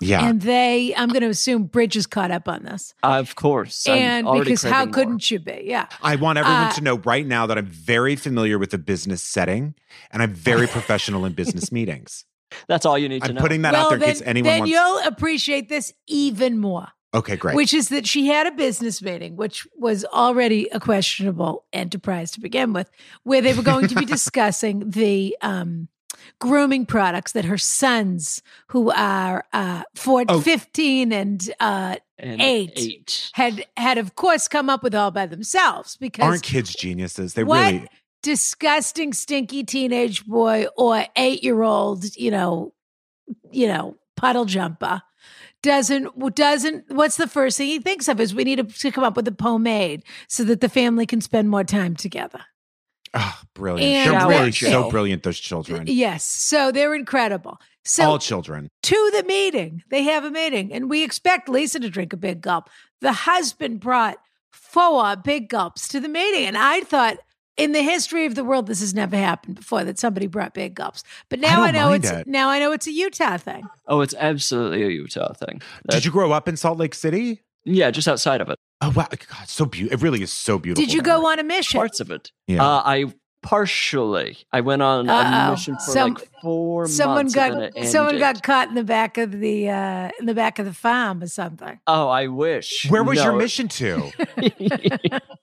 B: yeah.
A: and they, I'm going to assume Bridge is caught up on this.
C: of course, I'm
A: and
C: already
A: because how
C: craving more.
A: couldn't you be? Yeah.
B: I want everyone
A: uh,
B: to know right now that I'm very familiar with the business setting and I'm very professional in business meetings.
C: That's all you need to
B: I'm
C: know.
B: putting that out there in case anyone
A: then
B: wants.
A: you'll appreciate this even more.
B: Okay, great.
A: Which is that she had a business meeting, which was already a questionable enterprise to begin with, where they were going to be discussing the um, grooming products that her sons, who are uh, four,
B: Oh.
A: 15 and uh,
C: And
A: Eight.
C: eight.
A: had had of course come up with all by themselves because
B: Aren't kids geniuses? They
A: what
B: really.
A: disgusting, stinky teenage boy or eight year old, you know, you know, puddle jumper doesn't doesn't what's the first thing he thinks of is we need to, to come up with a pomade so that the family can spend more time together.
B: Oh, brilliant.
A: And
B: They're really
C: Rachel-
B: so brilliant, those children.
A: Yes, so they're incredible. So
B: All children.
A: to the meeting. They have a meeting, and we expect Lisa to drink a big gulp. The husband brought four big gulps to the meeting, and I thought, in the history of the world, this has never happened before that somebody brought big gulps. But now I,
B: don't
A: know
B: mind
A: it's
B: it.
A: now I know it's a Utah thing.
C: Oh, it's absolutely a Utah thing.
B: Did you grow up in Salt Lake City?
C: Yeah, just outside of it.
B: Oh, wow. God, so beautiful. It really is so beautiful.
A: Did you
B: there.
A: go on a mission?
C: Parts of it.
B: Yeah.
C: Uh, I partially. I went on
A: Uh-oh.
C: a mission for
A: Some-
C: like four
A: Someone
C: months. and then
A: got
C: it
A: someone
C: ended.
A: got caught in the back of the uh, in the back of the farm or something.
C: Oh, I wish.
B: Where was your
C: No.
B: mission to?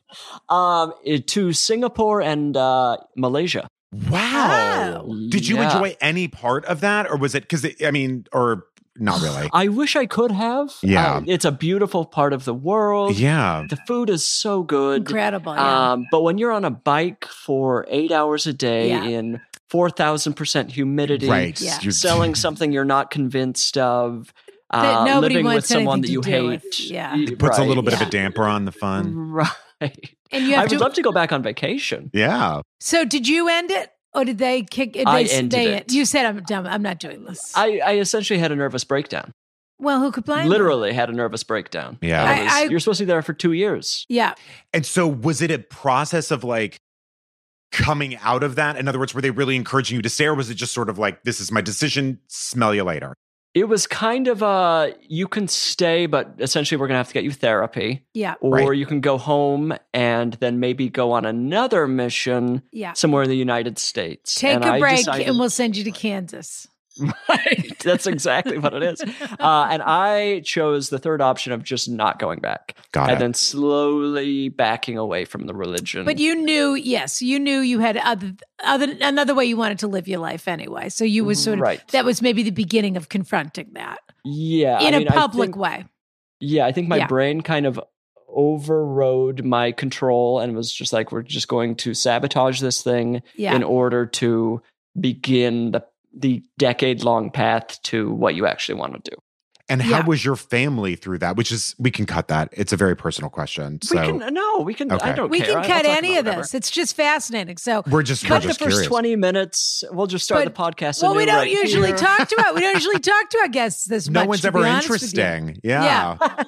C: um, it- to Singapore and uh, Malaysia.
B: Wow. Did you
C: Yeah.
B: enjoy any part of that? Or was it because, I mean, or not really?
C: I wish I could have.
B: Yeah.
C: Uh, it's a beautiful part of the world.
B: yeah.
C: The food is so good.
A: Incredible. Yeah.
C: Um, but when you're on a bike for eight hours a day
A: Yeah.
C: in 4,000% humidity,
B: Right.
A: Yeah.
B: You're-
C: selling something you're not convinced of,
A: That
C: uh,
A: nobody
C: living with
A: wants
C: someone
A: anything
C: that
A: to
C: you
A: do
C: hate.
A: with. Yeah.
C: Y-
B: It puts a
C: right.
B: little bit of
A: Yeah.
B: a damper on the fun.
C: Right.
A: and you
C: I
A: have
C: would
A: to.
C: love to go back on vacation.
B: Yeah.
A: so did you end it, or did they kick? Did
C: I
A: they,
C: ended
A: they-
C: it.
A: You said I'm dumb. I'm not doing this.
C: I, I essentially had a nervous breakdown.
A: Well, who could blame them?
C: Literally had a nervous breakdown.
B: Yeah.
C: And it
A: I-
C: was-
A: I-
C: you're supposed to be there for two years.
A: Yeah.
B: And so was it a process of like coming out of that? In other words, were they really encouraging you to stay, or was it just sort of like, this is my decision, smell you later?
C: It was kind of a you can stay, but essentially we're gonna have to get you therapy,
A: Yeah.
C: or
B: Right.
C: you can go home and then maybe go on another mission
A: Yeah.
C: somewhere in the United States.
A: Take
C: And
A: a
C: I
A: break
C: decided-
A: and we'll send you to Kansas.
C: Right. That's exactly what it is. Uh, and I chose the third option of just not going back,
B: Got
C: and then slowly backing away from the religion.
A: But you knew, yes, you knew you had other, other another way you wanted to live your life anyway. So you was sort of
C: Right.
A: that was maybe the beginning of confronting that
C: yeah,
A: in
C: a
A: a public
C: way.
A: way.
C: Yeah, I think my
A: Yeah.
C: brain kind of overrode my control and was just like, we're just going to sabotage this thing
A: Yeah.
C: in order to begin the the decade long path to what you actually want to do.
B: And how
A: Yeah.
B: was your family through that? Which is, we can cut that. It's a very personal question. So
C: we can no, we can.
B: Okay.
C: I don't.
A: we
C: care.
A: can
C: I'll
A: cut
C: talk
A: any
C: about
A: of
C: whatever.
A: this. It's just fascinating. So
B: we're just, we're
C: Cut the
B: just
C: first
B: curious.
C: twenty minutes. We'll just start
A: But-
C: the podcast.
A: well, we
C: anew
A: don't
C: right
A: usually
C: here.
A: talk to our, we don't usually talk to our guests this
B: no
A: much.
B: one's
A: to
B: ever
A: be honest with you.
B: interesting.
A: Yeah.
B: Yeah.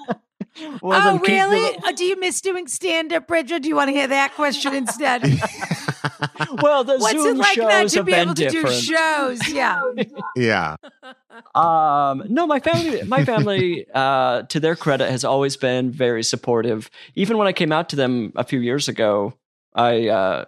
C: Well,
A: oh,
C: then keep the-
A: really? Oh, do you miss doing stand up, Bridget? Do you want to hear that question instead?
C: well, the
A: What's
C: Zoom
A: it like
C: shows
A: not to
C: have
A: be
C: been
A: able to
C: different.
A: do shows? Yeah.
B: yeah.
C: Um, no, my family, my family, uh, to their credit, has always been very supportive. Even when I came out to them a few years ago, I uh,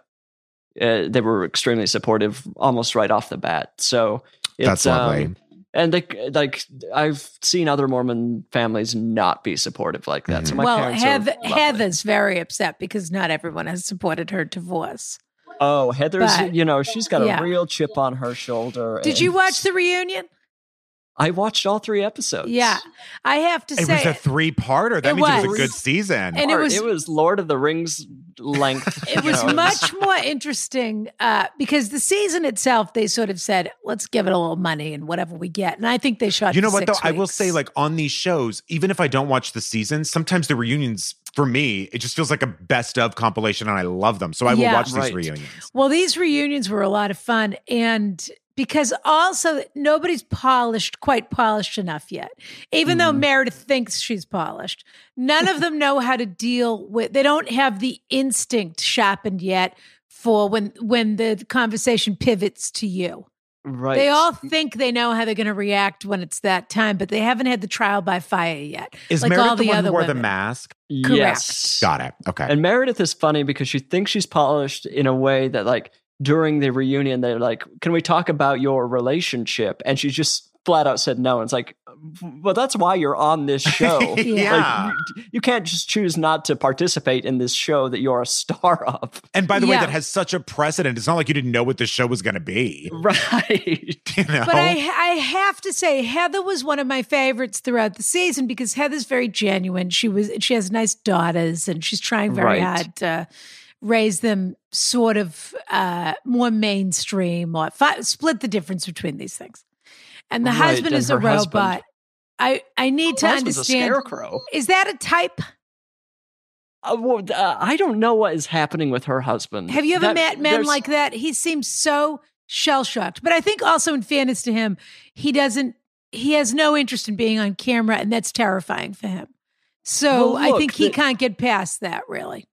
C: uh, they were extremely supportive almost right off the bat. So it's,
B: That's lovely.
C: um, and they, like I've seen other Mormon families not be supportive like that. So
B: Mhm.
C: my
A: well,
C: parents are
A: Heath-
C: lovely.
A: Heather's very upset because not everyone has supported her divorce.
C: Oh, Heather's,
A: But-
C: you know, she's got
A: yeah.
C: a real chip on her shoulder.
A: Did
C: and
A: you watch the reunion?
C: I watched all three episodes.
A: Yeah. I have to
B: It was
A: say,
B: a three parter. That
A: It
B: means it was
A: was.
B: a good season.
A: And it
C: Art,
A: was-
C: it was Lord of the Rings length.
A: it
C: you
A: was
C: know,
A: much more interesting uh, because the season itself, they sort of said, let's give it a little money and whatever we get. And I think they shot
B: you know
A: for
B: what though
A: six
B: i will
A: weeks.
B: say like on these shows even if i don't watch the season sometimes the reunions for me it just feels like a best of compilation and i love them so i
A: Yeah.
B: will watch these
C: Right.
B: reunions
A: Well, these reunions were a lot of fun. And because also nobody's polished, quite polished enough yet. Even though
C: Mhm.
A: Meredith thinks she's polished, none of them know how to deal with, they don't have the instinct sharpened yet for when when the conversation pivots to you.
C: Right.
A: They all think they know how they're going to react when it's that time, but they haven't had the trial by fire yet.
B: is
A: Like all
B: meredith the,
A: the
B: one
A: other
B: who wore the
A: women.
B: mask
A: correct.
C: Yes.
B: got it okay
C: And Meredith is funny because she thinks she's polished in a way that, like, during the reunion, they're like, "Can we talk about your relationship?" And she just flat out said no. And it's like, "Well, that's why you're on this show. Like,
B: Yeah.
C: you, you can't just choose not to participate in this show that you're a star of."
B: and by the way
A: Yeah.
B: that has such a precedent it's not like you didn't know what the show was going to be
C: Right.
B: you know?
A: But I, I have to say, Heather was one of my favorites throughout the season because Heather's very genuine. She was she has nice daughters, and she's trying very
C: Right.
A: hard to raise them sort of uh, more mainstream or fi- split the difference between these things. And the
C: Right,
A: husband
C: and
A: is a
C: her husband.
A: robot. I I need to
C: Her husband's a
A: understand.
C: scarecrow.
A: Is that a type?
C: Uh, well, uh, I don't know what is happening with her husband.
A: Have you ever
C: That-
A: met men
C: there's-
A: like that? He seems so shell shocked. But I think also, in fairness to him, he doesn't. He has no interest in being on camera, and that's terrifying for him. So
C: Well,
A: I
C: look,
A: think he
C: the-
A: can't get past that. Really,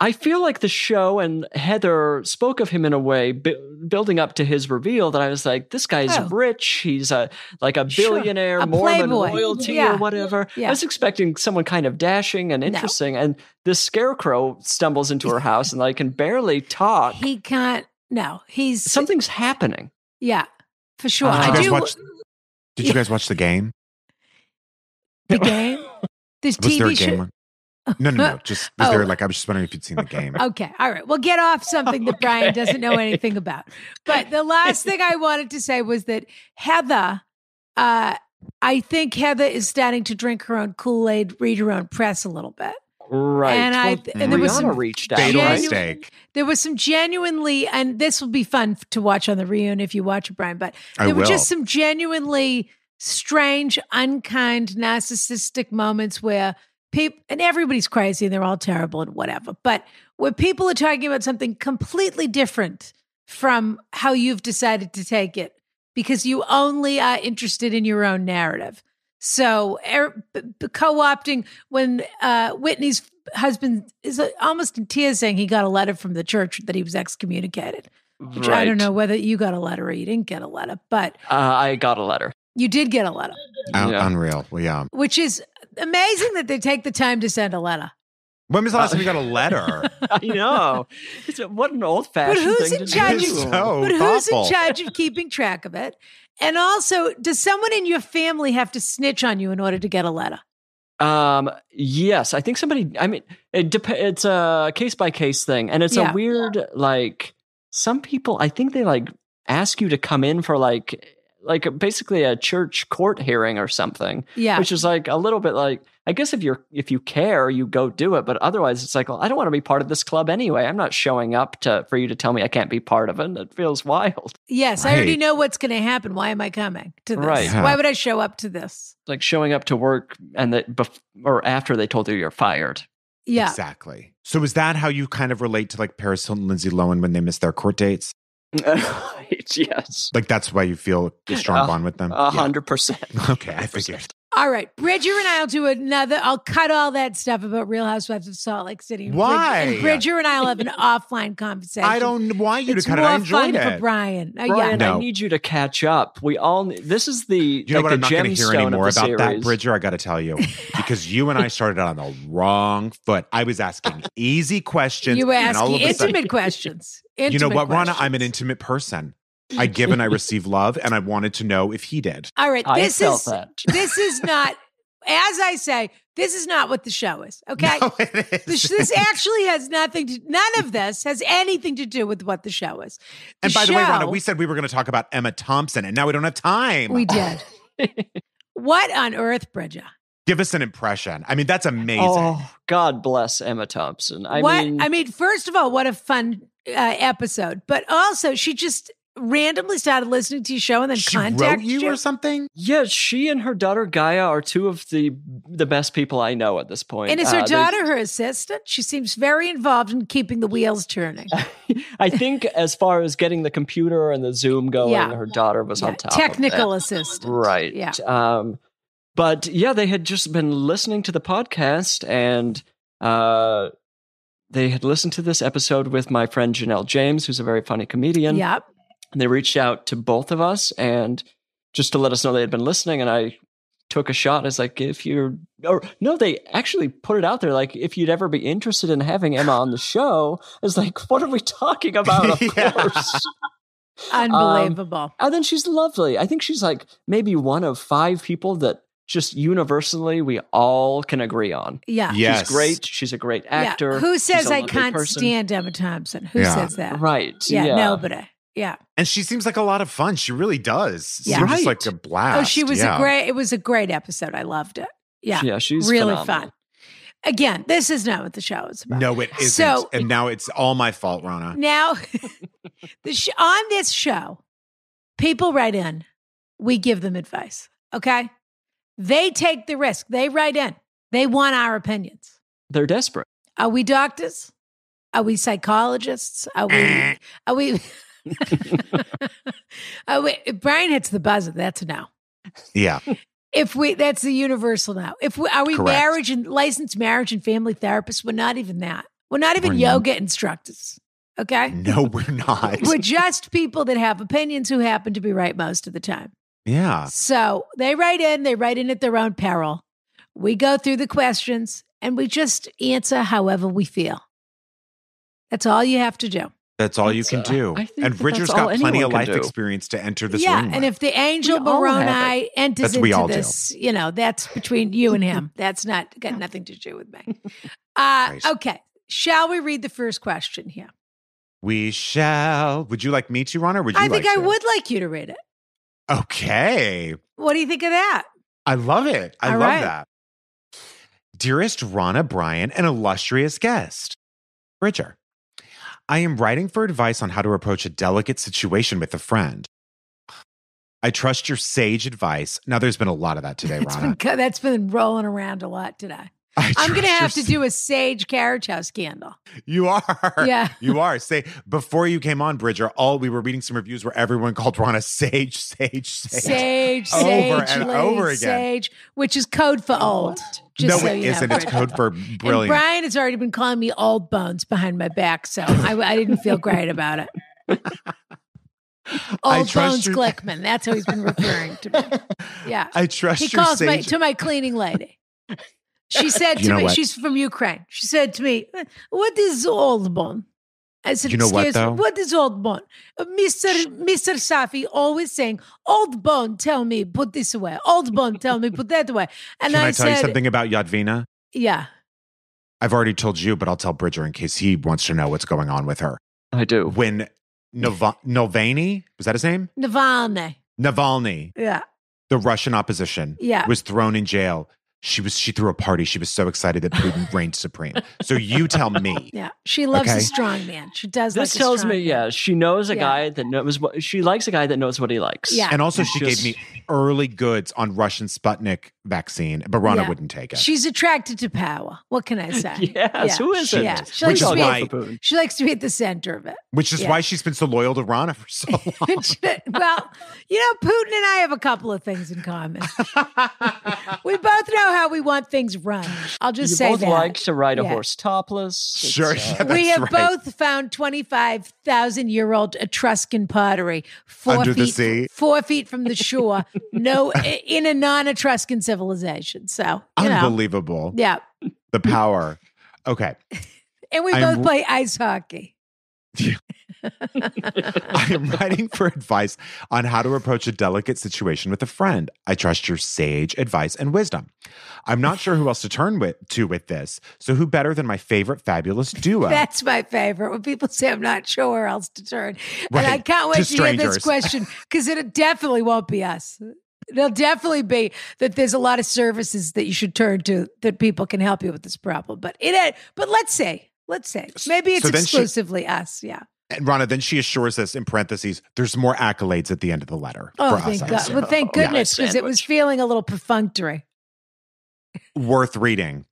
C: I feel like the show and Heather spoke of him in a way bu- building up to his reveal that I was like, this guy's
A: Oh.
C: rich. He's a like a
A: Sure.
C: billionaire,
A: A
C: Mormon
A: playboy.
C: royalty
A: Yeah.
C: or whatever.
A: Yeah.
C: I was expecting someone kind of dashing and
A: No.
C: interesting, and this scarecrow stumbles into her house and like can barely talk.
A: he can't. No, he's
C: Something's happening.
A: Yeah, for sure.
C: Did you
A: I
C: guys
A: do
B: watch did you
A: Yeah.
B: guys watch the game
A: the game. This
B: was there a
A: TV
B: game
A: show.
B: one? no no no just was
A: Oh.
B: there like i was just wondering if you'd seen the game
A: Okay, all right. Well, get off something that Brian doesn't know
C: Okay.
A: anything about. But the last thing I wanted to say was that Heather, uh, I think Heather is starting to drink her own Kool Aid, read her own press a little bit.
C: Right.
A: And I-
C: well,
A: and there was
C: Rihanna
A: some
C: reached out.
B: fatal
A: Yeah,
C: right?
A: you-
B: mistake
A: There was some genuinely, and this will be fun to watch on the reunion if you watch it, Brian. But
B: i
A: there
B: will
A: were just some genuinely strange, unkind, narcissistic moments where people and everybody's crazy and they're all terrible and whatever. But where people are talking about something completely different from how you've decided to take it because you only are interested in your own narrative. So er, b- b- co-opting when uh, Whitney's husband is uh, almost in tears saying he got a letter from the church that he was excommunicated. Which I don't know whether you got a letter or you didn't get a letter, but
C: Uh, I got a letter.
A: you did get a letter,
B: Un-
C: Yeah.
B: Unreal. Well, yeah.
A: which is amazing that they take the time to send a letter.
B: When was the last
C: Uh,
B: time you got a letter?
C: I know. It's a, what an old fashioned
A: who's
C: thing
A: in
C: to
A: charge
C: do.
A: of-
B: So
A: but who's
B: Oh, thoughtful.
A: in charge of keeping track of it? And also, does someone in your family have to snitch on you in order to get a letter?
C: Um, yes, I think somebody. I mean, it dep- It's a case by case thing, and it's
A: Yeah.
C: a weird like. Some people, I think they like ask you to come in for like like basically a church court hearing or something,
A: Yeah.
C: which is like a little bit like. I guess if you're if you care, you go do it. But otherwise, it's like, well, I don't want to be part of this club anyway. I'm not showing up to for you to tell me I can't be part of it. It feels wild.
A: yes, I already
B: Right.
A: know what's going to happen. Why am I coming to this?
C: Right.
A: Why would I show up to this?
C: Like showing up to work and that bef- or after they told you you're fired.
A: Yeah.
B: Exactly. So is that how you kind of relate to like Paris Hilton, Lindsay Lohan when they miss their court dates?
C: right, yes.
B: Like that's why you feel a strong
C: Uh,
B: bond with them?
C: A
B: Yeah.
C: hundred percent.
B: Okay, I figured.
A: All right. Bridger and I'll do another. I'll cut all that stuff about Real Housewives of Salt Lake City. And Brid-
B: Why?
A: and Bridger and I'll have an offline conversation.
B: I don't want you
A: It's
B: to cut it.
A: more
B: I
A: fun
B: enjoyed
A: for
B: it.
A: Brian. Uh, yeah.
C: Brian,
B: No.
C: I need you to catch up. We all. ne- This is the.
B: You know
C: like
B: what?
C: The
B: I'm not going to hear
C: gemstone
B: any
C: of
B: more
C: the
B: about that,
C: series.
B: Bridger. I got to tell you, because you and I started on the wrong foot. I was asking easy questions.
A: You were
B: and all
A: asking
B: of a
A: intimate
B: sudden-
A: questions.
B: you know
A: Intimate
B: what, Rana? I'm an
A: questions.
B: intimate person. I give and I receive love, and I wanted to know if he did.
A: All right.
C: I
A: This
C: felt
A: is
C: that.
A: this is not, as I say, this is not what the show is. Okay.
B: No, it
A: This,
B: is.
A: this actually has nothing to, none of this has anything to do with what the show is. The
B: and by the way, Rana,
A: show-
B: we said we were going to talk about Emma Thompson, and now we don't have time.
A: we did. what on earth, Bridger?
B: Give us an impression. I mean, that's amazing.
C: Oh, God bless Emma Thompson. I
A: what
C: mean,
A: I mean, first of all, what a fun uh, episode, but also she just randomly started listening to your show and then
B: she wrote
A: contacted
B: you, or something?
C: yeah, she and her daughter Gaia are two of the the best people I know at this point.
A: And is
C: Uh,
A: her
C: they-
A: daughter her assistant? She seems very involved in keeping the wheels turning.
C: I think as far as getting the computer and the Zoom going,
A: Yeah.
C: her daughter was
A: Yeah,
C: on top. of that.
A: Technical assistant.
C: right
A: Yeah.
C: um but yeah they had just been listening to the podcast and uh they had listened to this episode with my friend janelle james who's a very funny comedian
A: Yep.
C: and they reached out to both of us and just to let us know they had been listening and i took a shot as like if you're or no they actually put it out there like if you'd ever be interested in having emma on the show i was like what are we talking about of
B: Yeah.
C: course Um,
A: Unbelievable.
C: and then she's lovely. I think she's like maybe one of five people that just universally we all can agree on.
A: yeah.
B: Yes.
C: She's great. She's a great
A: Yeah.
C: actor.
A: Who says
C: She's a
A: I
C: lovely
A: can't
C: person.
A: stand Emma Thompson? Who
B: Yeah.
A: says that?
C: Right.
A: Yeah,
C: Yeah.
A: nobody. Yeah.
B: And she seems like a lot of fun. She really does.
A: Yeah.
B: Seems just
C: Right.
B: like a blast.
A: Oh, she was
B: yeah.
A: a great. It was a great episode. I loved it. Yeah.
C: Yeah. She's
A: really
C: phenomenal.
A: fun. Again, this is not what the show is about.
B: No, it isn't.
A: So-
B: and now it's all my fault, Rana.
A: Now, the sh- on this show, people write in. We give them advice. Okay. They take the risk. They write in. They want our opinions.
C: They're desperate.
A: Are we doctors? Are we psychologists? Are
B: Eh.
A: we? Are we? are we if Brian hits the buzzer. That's a no.
B: Yeah.
A: If we, that's the universal now. If we are we
B: Correct.
A: marriage and licensed marriage and family therapists? We're not even that. We're not even
B: We're not.
A: yoga instructors. Okay,
B: No, we're not.
A: we're just people that have opinions who happen to be right most of the time.
B: yeah.
A: So they write in, they write in at their own peril. We go through the questions and we just answer however we feel. That's all you have to do.
B: That's all you
C: That's,
B: can
C: uh,
B: do.
C: I think
B: And
C: that
B: Richard's
C: that's all
B: got plenty
C: anyone
B: of
C: can
B: life
C: do.
B: experience to enter this
A: yeah.
B: room.
A: And
B: with.
A: if the angel
C: We all have
A: Moroni enters
B: That's what we
A: into
B: all do.
A: this, you know, that's between you and him. That's not got nothing to do with me. Uh,
B: Right.
A: okay. Shall we read the first question here?
B: we shall. Would you like me to, Rana? Or would you
A: I think
B: like
A: I
B: to?
A: would like you to read it.
B: Okay.
A: What do you think of that?
B: I love it. I
A: All
B: love
A: right.
B: that. Dearest Rana Bryan, an illustrious guest, Bridger, I am writing for advice on how to approach a delicate situation with a friend. I trust your sage advice. Now, there's been a lot of that today,
A: It's
B: Rana.
A: been, co- that's been rolling around a lot today.
B: I
A: I'm going to
B: trust
A: have to
B: your-
A: do a sage carriage house candle.
B: You are.
A: Yeah.
B: You are. Say before you came on, Bridger, all we were reading some reviews where everyone called Ron a sage, sage, sage.
A: Sage,
B: Over
A: sage,
B: and
A: lady,
B: over again.
A: Sage, which is code for old.
B: no,
A: Just so
B: it
A: you
B: isn't.
A: Know.
B: It's code for
A: And
B: brilliant.
A: Brian has already been calling me old bones behind my back, so I, I didn't feel great about it.
B: I
A: Old
B: trust
A: bones
B: your-
A: Glickman. That's how he's been referring to me. Yeah.
B: I trust
A: he
B: your
A: calls my,
B: sage.
A: to my cleaning lady. She said
B: You
A: to
B: know
A: me,
B: what?
A: she's from Ukraine. She said to me, "What is old bone?" I said,
B: You know what,
A: "Excuse me,
B: though?
A: what is old bone?" Uh, Mister Mister Safi always saying, "Old bone, tell me put this away. Old bone, tell me put that away." And
B: Can I, tell
A: said,
B: you something about Yadvina?
A: "Yeah,
B: I've already told you, but I'll tell Bridger in case he wants to know what's going on with her.
C: I do.
B: When Nava- Navalny, was that his name?
A: Navalny.
B: Navalny,
A: Yeah,
B: the Russian opposition,
A: yeah,
B: was thrown in jail. She was she threw a party. She was so excited that Putin reigned supreme. So you tell me.
A: yeah." She loves
B: Okay.
A: a strong man. She does.
C: This
A: like a
C: tells
A: strong
C: me,
A: man.
C: yeah, she knows a
A: Yeah.
C: guy that knows what she likes. A guy that knows what he likes.
A: Yeah.
B: And also, she
C: Just-
B: gave me early goods on Russian Sputnik vaccine, but Rana
A: Yeah.
B: wouldn't take it.
A: she's attracted to power. What can I say?
C: Yes. Who is it?
A: Yeah, she
B: Which
A: likes
B: is
A: to be.
B: why-
A: She likes to be at the center of it.
B: Which is
A: Yeah.
B: why she's been so loyal to Rana for so long.
A: well, you know, Putin and I have a couple of things in common. We both know how we want things run. I'll just
C: you
A: say
C: both
A: that.
C: like to ride a
A: Yeah.
C: horse topless. It's,
B: sure.
C: uh,
B: yeah,
A: we
B: that's
A: have
B: right.
A: both found 25,000 year old Etruscan pottery four
B: Under the
A: feet,
B: sea.
A: four feet from the shore, no, in a non Etruscan civilization. So, you know,
B: Unbelievable.
A: yeah.
B: The power. Okay.
A: And we
B: I'm-
A: both play ice hockey.
B: I am writing for advice on how to approach a delicate situation with a friend. I trust your sage advice and wisdom. I'm not sure who else to turn with, to with this. So, who better than my favorite fabulous duo?
A: That's my favorite. When people say I'm not sure where else to turn, and I
B: Right,
A: can't wait
B: to
A: to, hear this
B: strangers.
A: question because it definitely won't be us. It'll definitely be that there's a lot of services that you should turn to that people can help you with this problem. But it, but let's say, let's say, maybe it's
B: so then she-
A: exclusively us. Yeah.
B: And Rana, then she assures us in parentheses, there's more accolades at the end of the letter
A: Oh,
B: for us.
A: thank
B: I
A: God.
B: assume.
A: Well, thank
C: Yeah.
A: goodness because it was
C: Sandwich.
A: feeling a little perfunctory.
B: worth reading.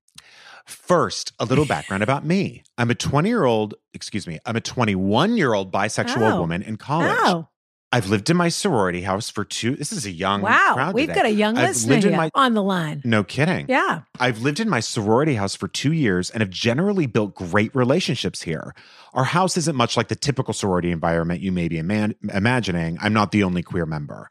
B: First, a little background about me. I'm a 20 year old, excuse me, I'm a 21 year old bisexual
A: Oh.
B: woman in college.
A: Oh,
B: I've lived in my sorority house for two. This is a young
A: wow.
B: crowd.
A: We've
B: today.
A: got a young
B: I've
A: listener
B: lived in
A: here
B: my-
A: on the line.
B: no kidding.
A: Yeah.
B: I've lived in my sorority house for two years and have generally built great relationships here. Our house isn't much like the typical sorority environment you may be iman- imagining. I'm not the only queer member.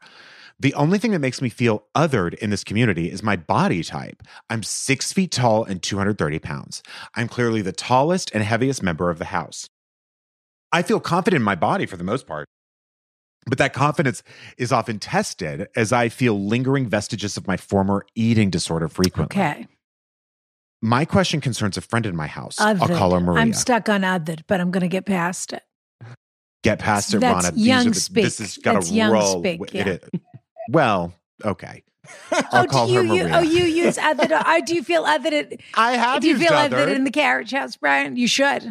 B: The only thing that makes me feel othered in this community is my body type. I'm six feet tall and 230 pounds. I'm clearly the tallest and heaviest member of the house. I feel confident in my body for the most part. But that confidence is often tested as I feel lingering vestiges of my former eating disorder frequently.
A: Okay.
B: My question concerns a friend in my house.
A: Othered.
B: I'll call her Maria.
A: I'm stuck on other, but I'm going to get past it.
B: Get past it,
A: That's
B: Rana.
A: young
B: These are the, this
A: speak.
B: has got
A: That's
B: to
A: young
B: roll.
A: speak,
B: with
A: yeah.
B: it. Well, okay. I'll
A: oh,
B: call
A: do you,
B: her Maria.
A: you oh you use other oh, do you feel other it
B: I have
A: do you
B: used
A: feel
B: other.
A: other in the carriage house, Brian? You should.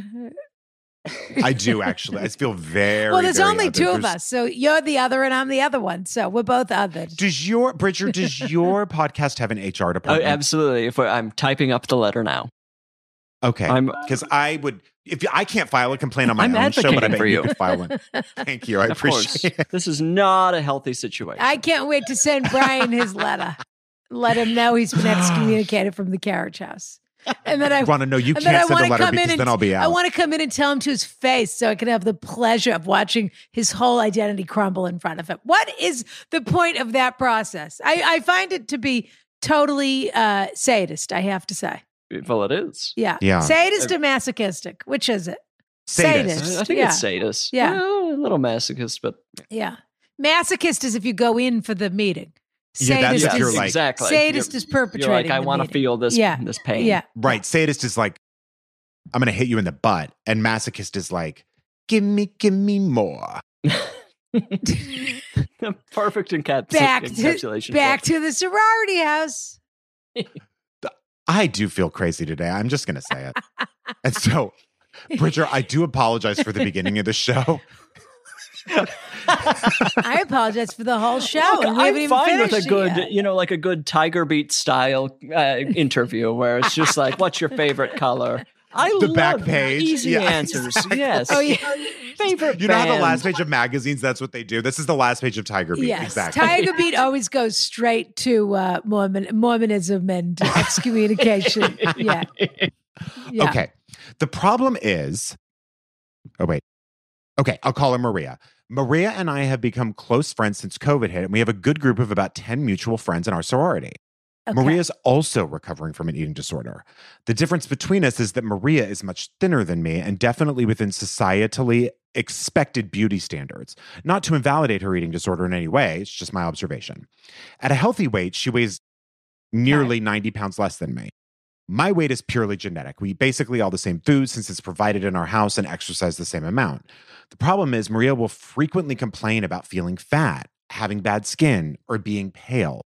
B: I do actually. I feel very.
A: well, there's
B: very
A: only
B: othered.
A: two of
B: There's-
A: us, so you're the other and I'm the other one, so we're both othered.
B: Does your Bridger? Does your podcast have an HR
C: Oh,
B: department?
C: absolutely. If we're, I'm typing up the letter now,
B: okay,
C: I'm
B: because I would. If I can't file a complaint on my
C: I'm
B: own show, but I
C: advocating
B: bet
C: for
B: you.
C: you.
B: could file one. Thank you. I
C: of course.
B: appreciate it.
C: This is not a healthy situation.
A: I can't wait to send Brian his letter. Let him know he's been excommunicated from the carriage house, and then I
B: Rana, no, you
A: And then I
B: can't send a
A: wanna
B: letter
A: come in
B: because
A: and-
B: then I'll be out.
A: I want to come in and tell him to his face so I can have the pleasure of watching his whole identity crumble in front of him. What is the point of that process? I, I find it to be totally uh, sadist, I have to say.
C: well, it is.
A: Yeah.
B: Yeah.
A: Sadist or masochistic? Which is it?
B: Sadist.
A: Sadist.
C: Uh, I I think
A: Yeah.
C: it's sadist.
A: Yeah.
C: Well, a little masochist, but
A: Yeah. Masochist is if you go in for the meeting.
B: Yeah, that's
A: Sadist
B: if
A: is,
B: you're like-
C: exactly.
A: sadist
C: You're-
A: is
C: you're
A: perpetrating.
C: like, I
A: the
C: want to
A: meeting.
C: feel this,
A: Yeah.
C: this pain.
A: Yeah.
B: Right. Sadist is like, I'm going to hit you in the butt. And masochist is like, give me, give me more.
C: Perfect encaps-
A: Back to-
C: encapsulation.
A: Back to the sorority house.
B: I do feel crazy today. I'm just going to say it. and so, Bridger, I do apologize for the beginning of the show.
A: I apologize for the whole show.
C: Look,
A: and we haven't
C: I'm
A: even
C: fine with a
A: finished it
C: good,
A: yet.
C: you know, like a good Tiger Beat style uh, interview where it's just like, "What's your favorite color?" I
B: The
C: love
B: back page.
C: easy
B: Yeah,
C: answers. Yes,
A: Oh yeah.
C: favorite.
B: You know how the
C: band.
B: last page of magazines, that's what they do. This is the last page of Tiger Beat.
A: Yes,
B: Exactly.
A: Tiger Beat always goes straight to uh, Mormon Mormonism and excommunication. yeah. yeah.
B: Okay. The problem is, oh, wait. Okay, I'll call her Maria. Maria and I have become close friends since COVID hit, and we have a good group of about 10 mutual friends in our sorority.
A: Okay.
B: Maria is also recovering from an eating disorder. The difference between us is that Maria is much thinner than me and definitely within societally expected beauty standards. Not to invalidate her eating disorder in any way, it's just my observation. At a healthy weight, she weighs nearly 90 pounds less than me. My weight is purely genetic. We eat basically all the same food since it's provided in our house and exercise the same amount. The problem is, Maria will frequently complain about feeling fat, having bad skin, or being pale.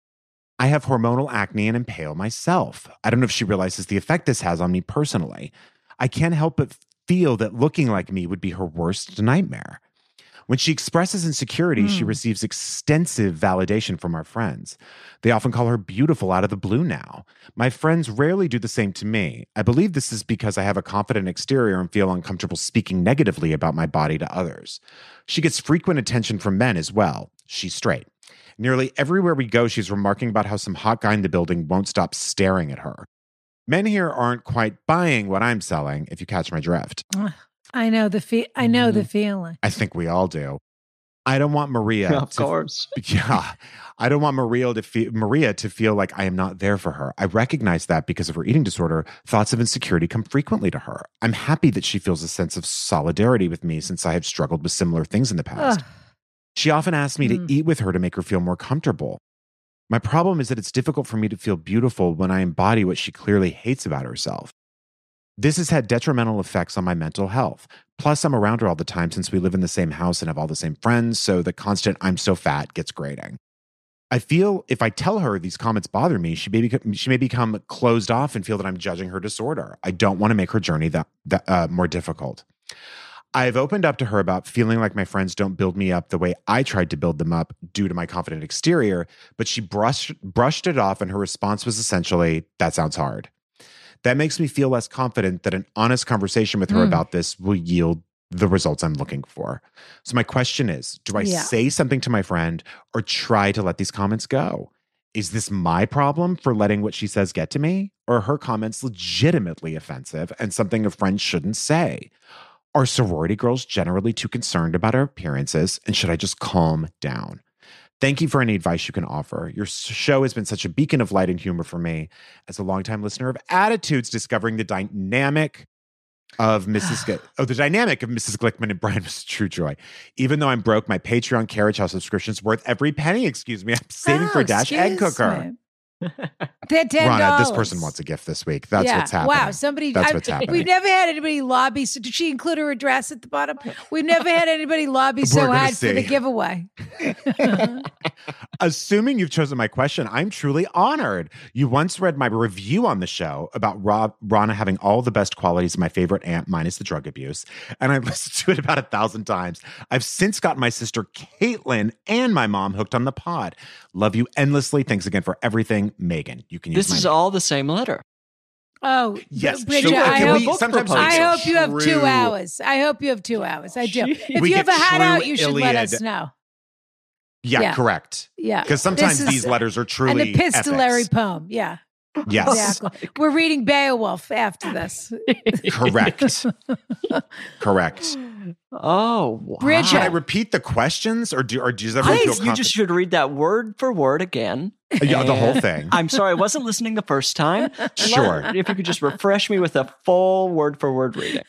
B: I have hormonal acne and am pale myself. I don't know if she realizes the effect this has on me personally. I can't help but feel that looking like me would be her worst nightmare. When she expresses insecurity, she
A: Hmm.
B: receives extensive validation from our friends. They often call her beautiful out of the blue now. My friends rarely do the same to me. I believe this is because I have a confident exterior and feel uncomfortable speaking negatively about my body to others. She gets frequent attention from men as well. She's straight. Nearly everywhere we go, she's remarking about how some hot guy in the building won't stop staring at her. Men here aren't quite buying what I'm selling, if you catch my drift.
A: I know the fe- I know
B: Mm-hmm.
A: the feeling.
B: I think we all do. I don't want Maria
C: of
B: to
C: course.
B: yeah i don't want maria to feel maria to feel like i am not there for her i recognize that because of her eating disorder thoughts of insecurity come frequently to her i'm happy that she feels a sense of solidarity with me since i have struggled with similar things in the past
A: Ugh.
B: she often asks me
A: Mm.
B: to eat with her to make her feel more comfortable my problem is that it's difficult for me to feel beautiful when i embody what she clearly hates about herself this has had detrimental effects on my mental health. Plus, I'm around her all the time since we live in the same house and have all the same friends, so the constant I'm so fat gets grating. I feel if I tell her these comments bother me, she may, become, she may become closed off and feel that I'm judging her disorder. I don't want to make her journey that, that, uh, more difficult. I've opened up to her about feeling like my friends don't build me up the way I tried to build them up due to my confident exterior, but she brushed, brushed it off, and her response was essentially, That sounds hard. That makes me feel less confident that an honest conversation with her
A: Mm.
B: about this will yield the results I'm looking for. So, my question is do I
A: Yeah.
B: say something to my friend or try to let these comments go? Is this my problem for letting what she says get to me? Or are her comments legitimately offensive and something a friend shouldn't say? Are sorority girls generally too concerned about our appearances? And should I just calm down? Thank you for any advice you can offer. Your s- show has been such a beacon of light and humor for me as a longtime listener of Attitudes, discovering the dynamic of Mrs. Glick- oh, the dynamic of Mrs. Glickman and Brian was a true joy. Even though I'm broke, my Patreon carriage house subscription's worth every penny. Excuse me, I'm saving for
A: Oh,
B: a dash egg
A: excuse
B: cooker.
A: me. They're ten
B: Rana, this person wants a gift this week. That's
A: yeah.
B: what's happening.
A: Wow, somebody.
B: That's
A: I-
B: what's happening.
A: We've never had anybody lobby. So did she include her address at the bottom? We've never had anybody lobby
B: We're
A: so
B: gonna
A: hard for the
B: see.
A: giveaway.
B: Assuming you've chosen my question, I'm truly honored. You once read my review on the show about Rob Rana having all the best qualities of my favorite aunt, minus the drug abuse, and I've listened to it about a thousand times. I've since got my sister Caitlin and my mom hooked on the pod. Love you endlessly. Thanks again for everything, Megan. You can use
C: This
B: my
C: is
B: name.
C: all the same letter.
A: Oh,
B: Yes,
A: Bridget,
B: sure.
A: I
B: Can
A: hope
B: we-
C: book
B: sometimes
C: proposal.
A: I
B: it's
A: hope you have two
B: true.
A: hours. I hope you have two hours. I do.
C: Jeez.
A: If
B: We
A: you have a
B: get
A: hot
B: true
A: out, you should let
B: Iliad.
A: us know.
B: Yeah,
A: Yeah.
B: correct.
A: Yeah.
B: Because sometimes
A: This is-
B: these letters are
A: and
B: truly
A: the epistolary
B: epics.
A: poem. Yeah.
B: Yes,
A: Exactly. We're reading Beowulf after this.
B: correct, correct.
C: Oh, wow.
A: Bridget.
B: Should I repeat the questions, or do or does everyone feel
C: Please,
B: confident?
C: you just should read that word for word again.
B: yeah, the whole
C: And-
B: thing.
C: I'm sorry, I wasn't listening the first time. Love-
B: Sure.
C: If you could just refresh me with a full word for word reading.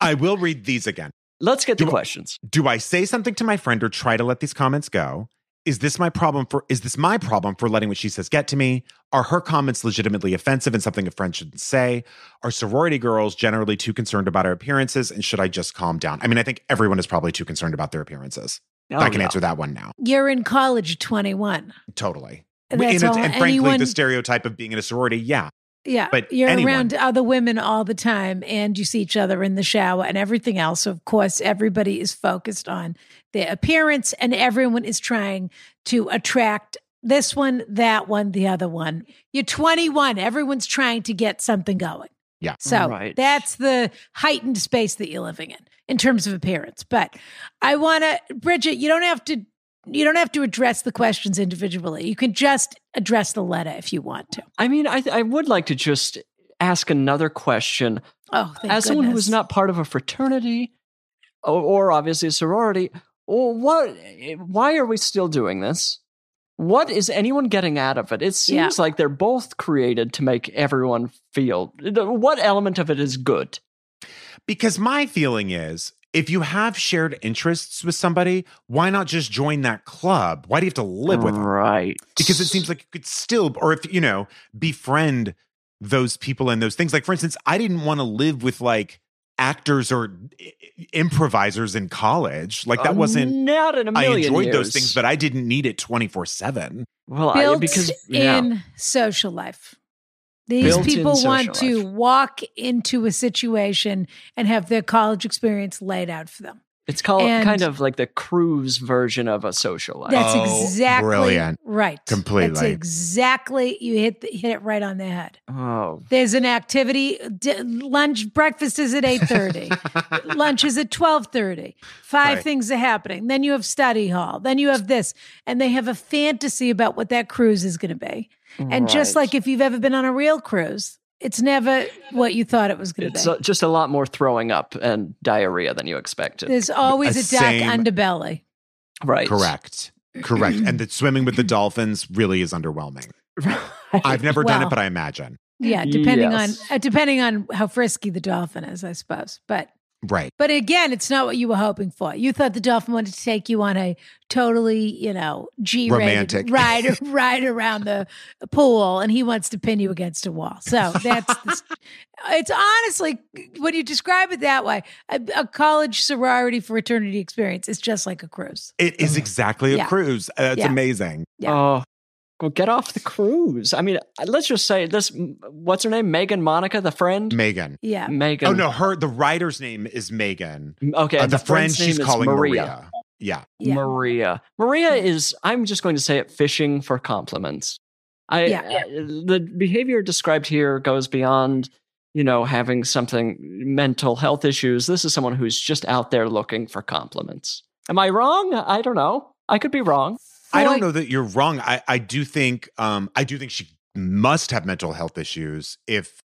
B: I will read these again.
C: Let's get the
B: Do-
C: questions.
B: Do I say something to my friend or try to let these comments go? Is this my problem for is this my problem for letting what she says get to me? Are her comments legitimately offensive and something a friend shouldn't say? Are sorority girls generally too concerned about our appearances and should I just calm down? I mean, I think everyone is probably too concerned about their appearances. I
C: Oh,
B: can
C: yeah.
B: answer that one now.
A: You're in college at 21.
B: Totally.
A: And that's
B: And
A: all
B: it's- and frankly,
A: anyone-
B: the stereotype of being in a sorority, yeah.
A: Yeah.
B: But
A: you're
B: anyone-
A: around other women all the time and you see each other in the shower and everything else. So, of course, everybody is focused on their appearance and everyone is trying to attract this one, that one, the other one. You're 21. Everyone's trying to get something going.
B: Yeah.
A: So
C: Right.
A: that's the heightened space that you're living in in terms of appearance. But I want to, Bridget, you don't have to. You don't have to address the questions individually. You can just address the letter if you want to.
C: I mean, I, I would like to just ask another question.
A: Oh, thank
C: As someone who was
A: goodness.
C: not part of a fraternity or, or obviously a sorority, or what, why are we still doing this? What is anyone getting out of it? It
A: Yeah.
C: seems like they're both created to make everyone feel. What element of it is good?
B: Because my feeling is if you have shared interests with somebody, why not just join that club? Why do you have to live with them?
C: Right.
B: Because it seems like you could still, or if, you know, befriend those people and those things. Like, for instance, I didn't want to live with like actors or i- i- improvisers in college. Like, that wasn't,
C: Not in a
B: I
C: million
B: enjoyed
C: years.
B: those things, but I didn't need it 24 7.
C: well, I,
A: built
C: because yeah.
A: in social life. These
C: Built-in
A: people
C: social
A: want to
C: life.
A: walk into a situation and have their college experience laid out for them.
C: It's called
A: And-
C: kind of like the cruise version of a social life.
A: That's
B: Oh,
A: exactly
B: brilliant.
A: right. That's
B: Completely.
A: exactly you hit the, hit it right on the head.
C: oh,
A: There's an activity di- lunch breakfast is at 8:30. lunch is at 12:30. Five
B: Right.
A: things are happening. Then you have study hall. Then you have this and they have a fantasy about what that cruise is going to be. And just
C: right.
A: like if you've ever been on a real cruise, it's never what you thought it was going to
C: it's
A: be.
C: uh, just a lot more throwing up and diarrhea than you expected.
A: There's always
B: a
A: a dark
B: same-
A: underbelly.
C: right.
B: Correct. Correct. and the swimming with the dolphins really is underwhelming. I've never done
A: Well.
B: it, but I imagine.
A: Yeah, depending
C: Yes.
A: on uh, depending on how frisky the dolphin is, I suppose. But
B: Right.
A: but again, it's not what you were hoping for. You thought the dolphin wanted to take you on a totally, you know, G
B: Romantic.
A: rated ride ride around the pool, and he wants to pin you against a wall. So that's the, it's honestly when you describe it that way, a, a college sorority fraternity experience is just like a cruise.
B: It is exactly a
A: Mm-hmm. Yeah.
B: cruise. Uh, That's
A: Yeah.
B: amazing.
A: Yeah.
C: Oh, well, get off the cruise. I mean, uh, let's just say this. What's her name? Megan Monica, the friend.
B: Megan.
A: Yeah.
C: Megan.
B: Oh no, her the writer's name is Megan.
C: Okay,
B: Uh,
C: and
B: the, friend
C: friend's
B: she's
C: name is
B: calling Maria.
C: Maria.
B: Yeah.
A: Yeah.
C: Maria. Maria is, I'm just going to say it, fishing for compliments. I,
A: Yeah.
C: uh, the behavior described here goes beyond, you know, having something mental health issues. This is someone who's just out there looking for compliments. Am I wrong? I don't know. I could be wrong.
B: I
A: Foy-
B: don't know that you're wrong. I, I do think um I do think she must have mental health issues if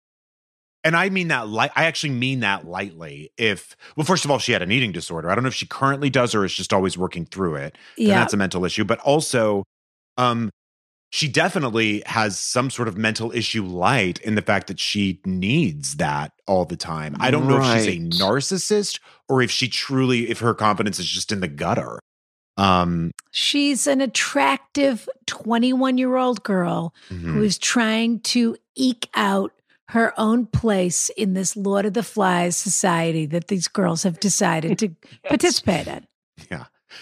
B: and I mean that light I actually mean that lightly. If well, first of all, she had an eating disorder. I don't know if she currently does or is just always working through it. yeah.
A: Yeah.
B: that's a mental issue but also um she definitely has some sort of mental issue light in the fact that she needs that all the time i don't know if she's a
C: Right.
B: narcissist or if she truly if her confidence is just in the gutter um
A: She's an attractive 21 year old girl
B: mhm.
A: who is trying to eke out her own place in this Lord of the Flies society that these girls have decided to participate in.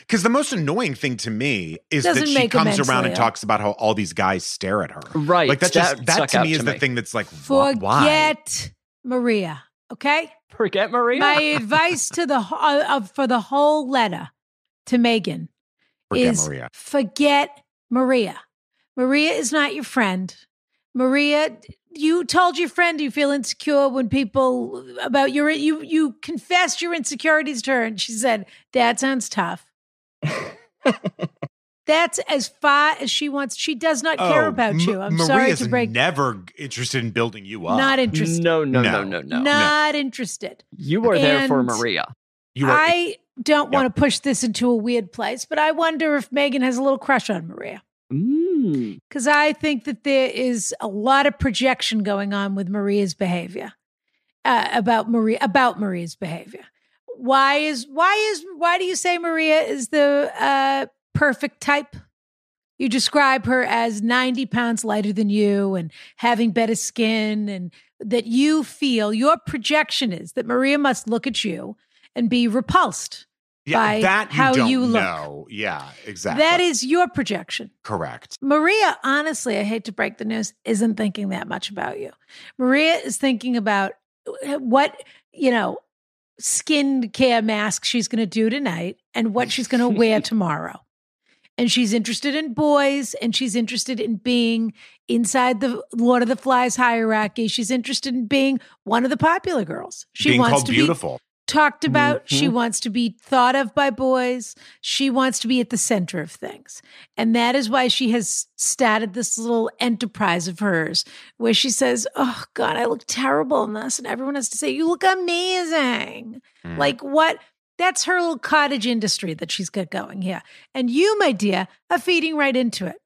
B: Because the most annoying thing to me is
A: Doesn't
B: that she
A: make
B: comes
A: immensely
B: around and
A: ill.
B: talks about how all these guys stare at her.
C: Right.
B: Like that's just
C: would
B: that
C: suck
B: to
C: out
B: me is the thing that's like wh- why?
A: Forget Maria, okay?
C: Forget Maria.
A: My advice to the wh- uh, uh, for the whole letter to Megan
B: Forget
A: is
B: Maria.
A: forget Maria. Maria is not your friend. Maria, you told your friend you feel insecure when people about your you you confessed your insecurities to her, and she said that sounds tough. That's as far as she wants. She does not care
B: Oh,
A: about
B: M-
A: you. I'm
B: Maria's
A: sorry to break.
B: never interested in building you up.
A: not interested.
C: no, no,
B: No.
C: no, no, no.
A: Not interested.
C: You are there for
A: And-
C: Maria.
B: you are
A: I don't
B: Yeah.
A: want to push this into a weird place, but I wonder if Megan has a little crush on Maria.
C: Mm.
A: because I think that there is a lot of projection going on with Maria's behavior uh, about Maria about Maria's behavior. Why is why is why do you say Maria is the uh, perfect type? You describe her as ninety pounds lighter than you and having better skin, and that you feel your projection is that Maria must look at you and be repulsed by
B: that you
A: how
B: don't
A: you look.
B: know. Yeah, exactly.
A: That is your projection.
B: correct.
A: Maria, honestly, I hate to break the news, isn't thinking that much about you. Maria is thinking about uh, what, you know, skin care mask she's going to do tonight and what she's going to wear tomorrow. And she's interested in boys and she's interested in being inside the Lord of the Flies hierarchy. She's interested in being one of the popular girls. She
B: Being
A: wants
B: called
A: to be
B: beautiful.
A: talked about. She
C: Mhm.
A: wants to be thought of by boys. She wants to be at the center of things. And that is why she has started this little enterprise of hers where she says, Oh, God, I look terrible in this. And everyone has to say, You look amazing.
B: Mm.
A: Like, what? That's her little cottage industry that she's got going here. And you, my dear, are feeding right into it.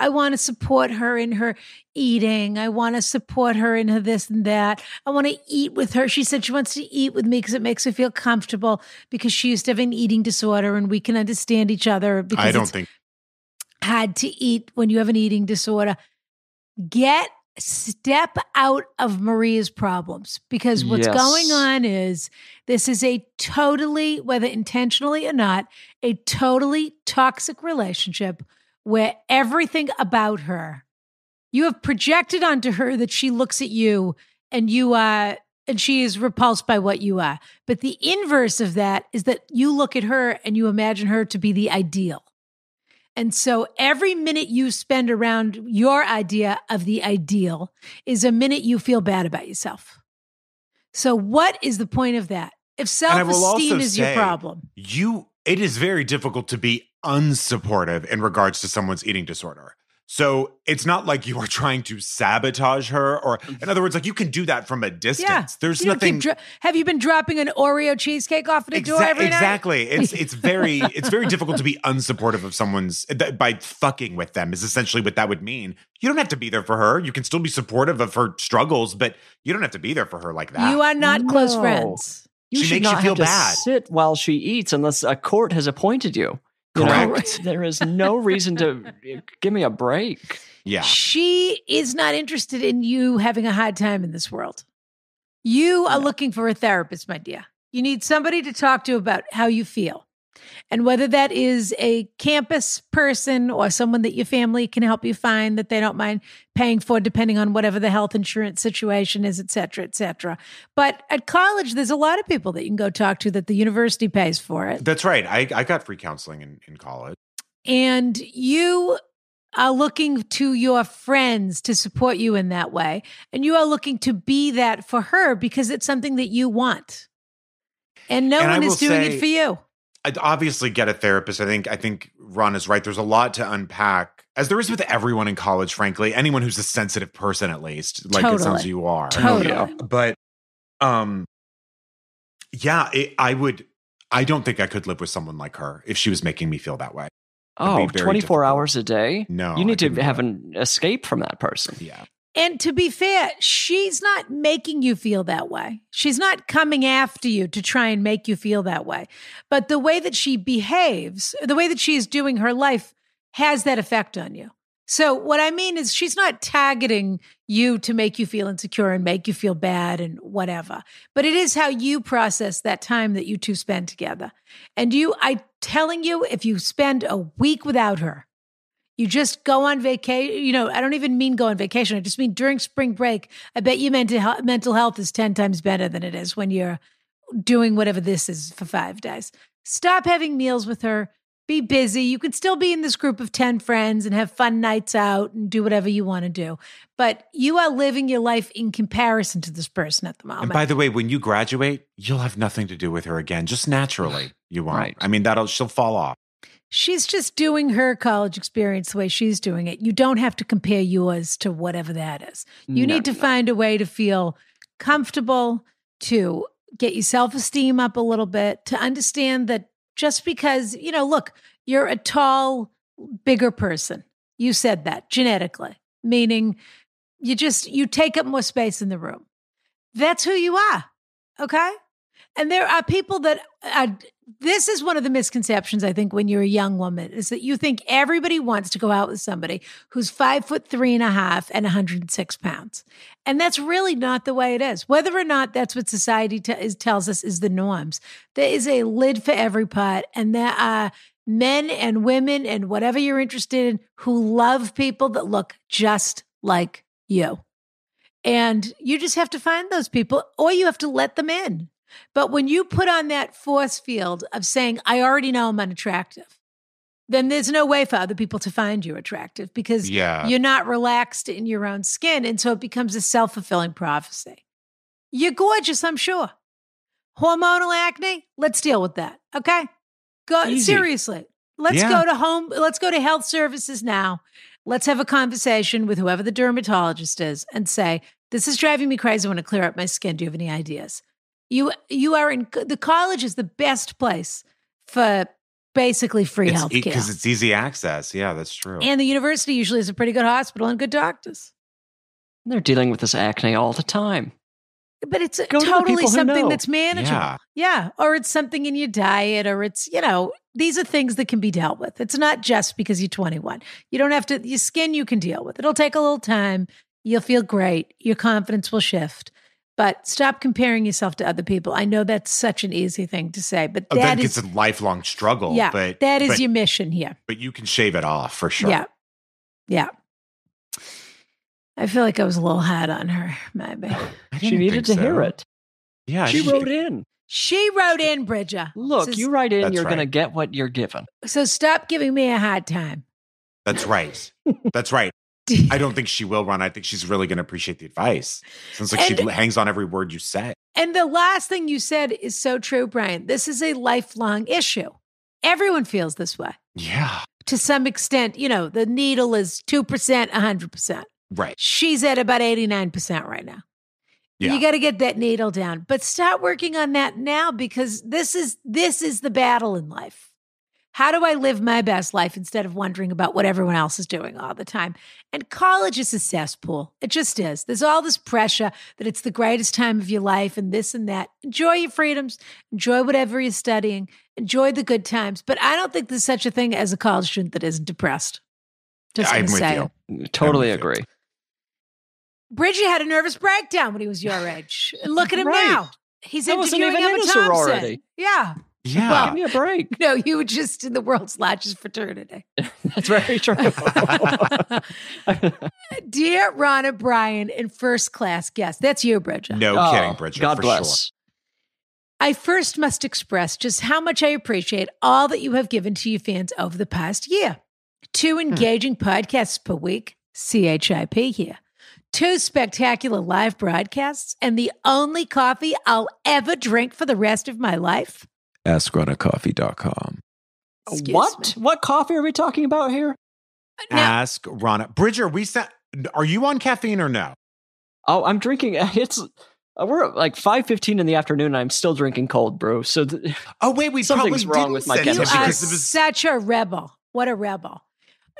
A: I want to support her in her eating. I want to support her in her this and that. I want to eat with her. She said she wants to eat with me because it makes her feel comfortable because she used to have an eating disorder and we can understand each other because
B: I don't
A: it's
B: think
A: hard to eat when you have an eating disorder. Get step out of Maria's problems because what's
C: Yes.
A: going on is this is a totally, whether intentionally or not, a totally toxic relationship where everything about her you have projected onto her that she looks at you and you are and she is repulsed by what you are but the inverse of that is that you look at her and you imagine her to be the ideal and so every minute you spend around your idea of the ideal is a minute you feel bad about yourself so what is the point of that if
B: I will also
A: self-esteem is your
B: say-
A: problem
B: you it is very difficult to be unsupportive in regards to someone's eating disorder so it's not like you are trying to sabotage her or in other words like you can do that from a distance there's
A: Mm. You don't keep
B: nothing
A: dro- have you been dropping an oreo cheesecake off at a door
B: Exa-
A: every night
B: exactly it's it's very it's very difficult to be unsupportive of someone's that- by fucking with them is essentially what that would mean you don't have to be there for her you can still be supportive of her struggles but you don't have to be there for her like that
A: you are not close
C: No.
A: friends
C: You
B: She
C: should
B: makes you
C: not
B: feel
C: have to
B: bad.
C: sit while she eats unless a court has appointed you. You know,
B: Correct.
C: there is no reason to eh, give me a break.
B: yeah
A: She is not interested in you having a hard time in this world. You are looking for a therapist, my dear. You need somebody to talk to about how you feel. And whether that is a campus person or someone that your family can help you find that they don't mind paying for, depending on whatever the health insurance situation is, et cetera, et cetera. But at college, there's a lot of people that you can go talk to that the university pays for it.
B: that's right i i got free counseling in, in college
A: and you are looking to your friends to support you in that way and you are looking to be that for her because it's something that you want and no
B: And I
A: one is
B: will
A: doing
B: say-
A: it for you
B: I'd obviously get a therapist. I think I think Ron is right. There's a lot to unpack, as there is with everyone in college, frankly. Anyone who's a sensitive person, at least, like it sounds
A: Totally.
B: you are.
A: totally
C: yeah.
B: But, um, yeah, it, I would. I don't think I could live with someone like her if she was making me feel that way.
C: Oh,
B: It'd be very
C: 24
B: difficult.
C: hours a day?
B: No,
C: you
B: I
C: need to
B: couldn't do
C: have
B: that.
C: an escape from that person.
B: Yeah,
A: and to be fair she's not making you feel that way she's not coming after you to try and make you feel that way but the way that she behaves the way that she is doing her life has that effect on you So what I mean is she's not targeting you to make you feel insecure and make you feel bad and whatever. But it is how you process that time that you two spend together. And you I telling you if you spend a week without her, you just go on vacation, you know, I don't even mean go on vacation. I just mean during spring break. I bet you mental health, mental health is 10 times better than it is when you're doing whatever this is for 5 days. Stop having meals with her be busy. You can still be in this group of 10 friends and have fun nights out and do whatever you want to do. But you are living your life in comparison to this person at the
C: Oh,
B: and
A: moment.
B: by the way, when you graduate, you'll have nothing to do with her again. Just naturally, you won't.
C: Right.
B: I mean, that'll she'll fall off.
A: she's just doing her college experience the way she's doing it. You don't have to compare yours to whatever that is. You
C: No,
A: need to
C: no.
A: find a way to feel comfortable, to get your self esteem up a little bit, to understand that just because, you know, look, you're a tall, bigger person. You said that genetically, meaning you just you take up more space in the room. That's who you are. Okay? And there are people that are, this is one of the misconceptions, I think, when you're a young woman, is that you think everybody wants to go out with somebody who's five foot three and a half and 106 pounds. And that's really not the way it is. Whether or not that's what society t- is, tells us is the norms, there is a lid for every pot. And there are men and women and whatever you're interested in who love people that look just like you. And you just have to find those people or you have to let them in. But when you put on that force field of saying, I already know I'm unattractive, then there's no way for other people to find you attractive because
B: Yeah.
A: you're not relaxed in your own skin. And so it becomes a self fulfilling prophecy. You're gorgeous, I'm sure. Hormonal acne, let's deal with that. Okay. Go
B: Easy.
A: seriously. Let's
B: Yeah.
A: go to home. Let's go to health services now. Let's have a conversation with whoever the dermatologist is and say, this is driving me crazy. I want to clear up my skin. Do you have any ideas? You you are in the college is the best place for basically free
B: It's
A: health care.
B: because it's easy access. Yeah, that's true.
A: And the university usually is a pretty good hospital and good doctors.
C: They're dealing with this acne all the time.
A: But it's
C: Go to the
A: totally
C: people who
A: something
C: know.
A: that's manageable.
B: Yeah.
A: Yeah. Or it's something in your diet, or it's, you know, these are things that can be dealt with. It's not just because you're 21. You don't have to, your skin you can deal with. It'll take a little time. You'll feel great. Your confidence will shift. But stop comparing yourself to other people. I know that's such an easy thing to say, but
C: Oh,
B: Uh,
A: that
B: then
A: is,
B: it's a lifelong struggle.
A: yeah,
B: but
A: that is
B: but,
A: your mission here.
B: but you can shave it off for sure.
A: Yeah. Yeah. I feel like I was a little hard on her, maybe.
B: I
C: She
B: didn't
C: needed to
B: think so.
C: hear it.
B: Yeah,
C: She
B: didn't-
C: wrote in.
A: She wrote in, Bridger.
C: Look,
A: so,
C: you write in,
B: That's
C: you're going to
B: right.
C: get what you're given.
A: So stop giving me a hard time.
B: That's right. That's right. I don't think she will run. I think she's really going to appreciate the advice. Sounds like she
A: And-
B: hangs on every word you say.
A: And the last thing you said is so true, Brian. This is a lifelong issue. Everyone feels this way
B: Yeah.
A: to some extent. You know, the needle is 2%, 100%.
B: Right.
A: She's at about 89% right now.
B: Yeah.
A: You got to get that needle down. But start working on that now because this is this is the battle in life. How do I live my best life instead of wondering about what everyone else is doing all the time? And college is a cesspool. It just is. There's all this pressure that it's the greatest time of your life and this and that. Enjoy your freedoms, enjoy whatever you're studying, enjoy the good times. But I don't think there's such a thing as a college student that isn't depressed. Just
B: I'm
A: gonna
B: with
A: say
B: you.
A: it.
C: Totally
B: with you.
C: agree.
A: Bridget had a nervous breakdown when he was your age. And look at him
C: Right.
A: now. He's
C: I wasn't
A: interviewing
C: even
A: Emma
C: in a
A: Thompson.
C: sorority.
A: Yeah.
C: Give
B: Yeah.
C: me a break.
A: No, you were just in the world's largest fraternity.
C: That's very true.
A: Dear Ron O'Brien and first class guest, that's you, Bridget.
B: no
C: Oh,
B: kidding, Bridget.
C: God
B: for Sure.
C: bless.
A: I first must express just how much I appreciate all that you have given to your fans over the past year.
C: Hmm.
A: Two engaging podcasts per week, CHIP here. Two spectacular live broadcasts, and the only coffee I'll ever drink for the rest of my life.
D: AskRonaCoffee.com.
A: Excuse
C: What?
A: me.
C: What coffee are we talking about here?
A: Uh, Now,
B: Ask Rana. Bridger, we said, are you on caffeine or no?
C: Oh, I'm drinking. It's uh, we're at like five fifteen in the afternoon. and I'm still drinking cold brew. So th-
B: Oh, wait, we
C: Something's
B: probably
C: wrong
B: didn't
C: with my
B: send it
A: you
C: caffeine.
A: are
B: Ah, because it was,
A: such a rebel. What a rebel!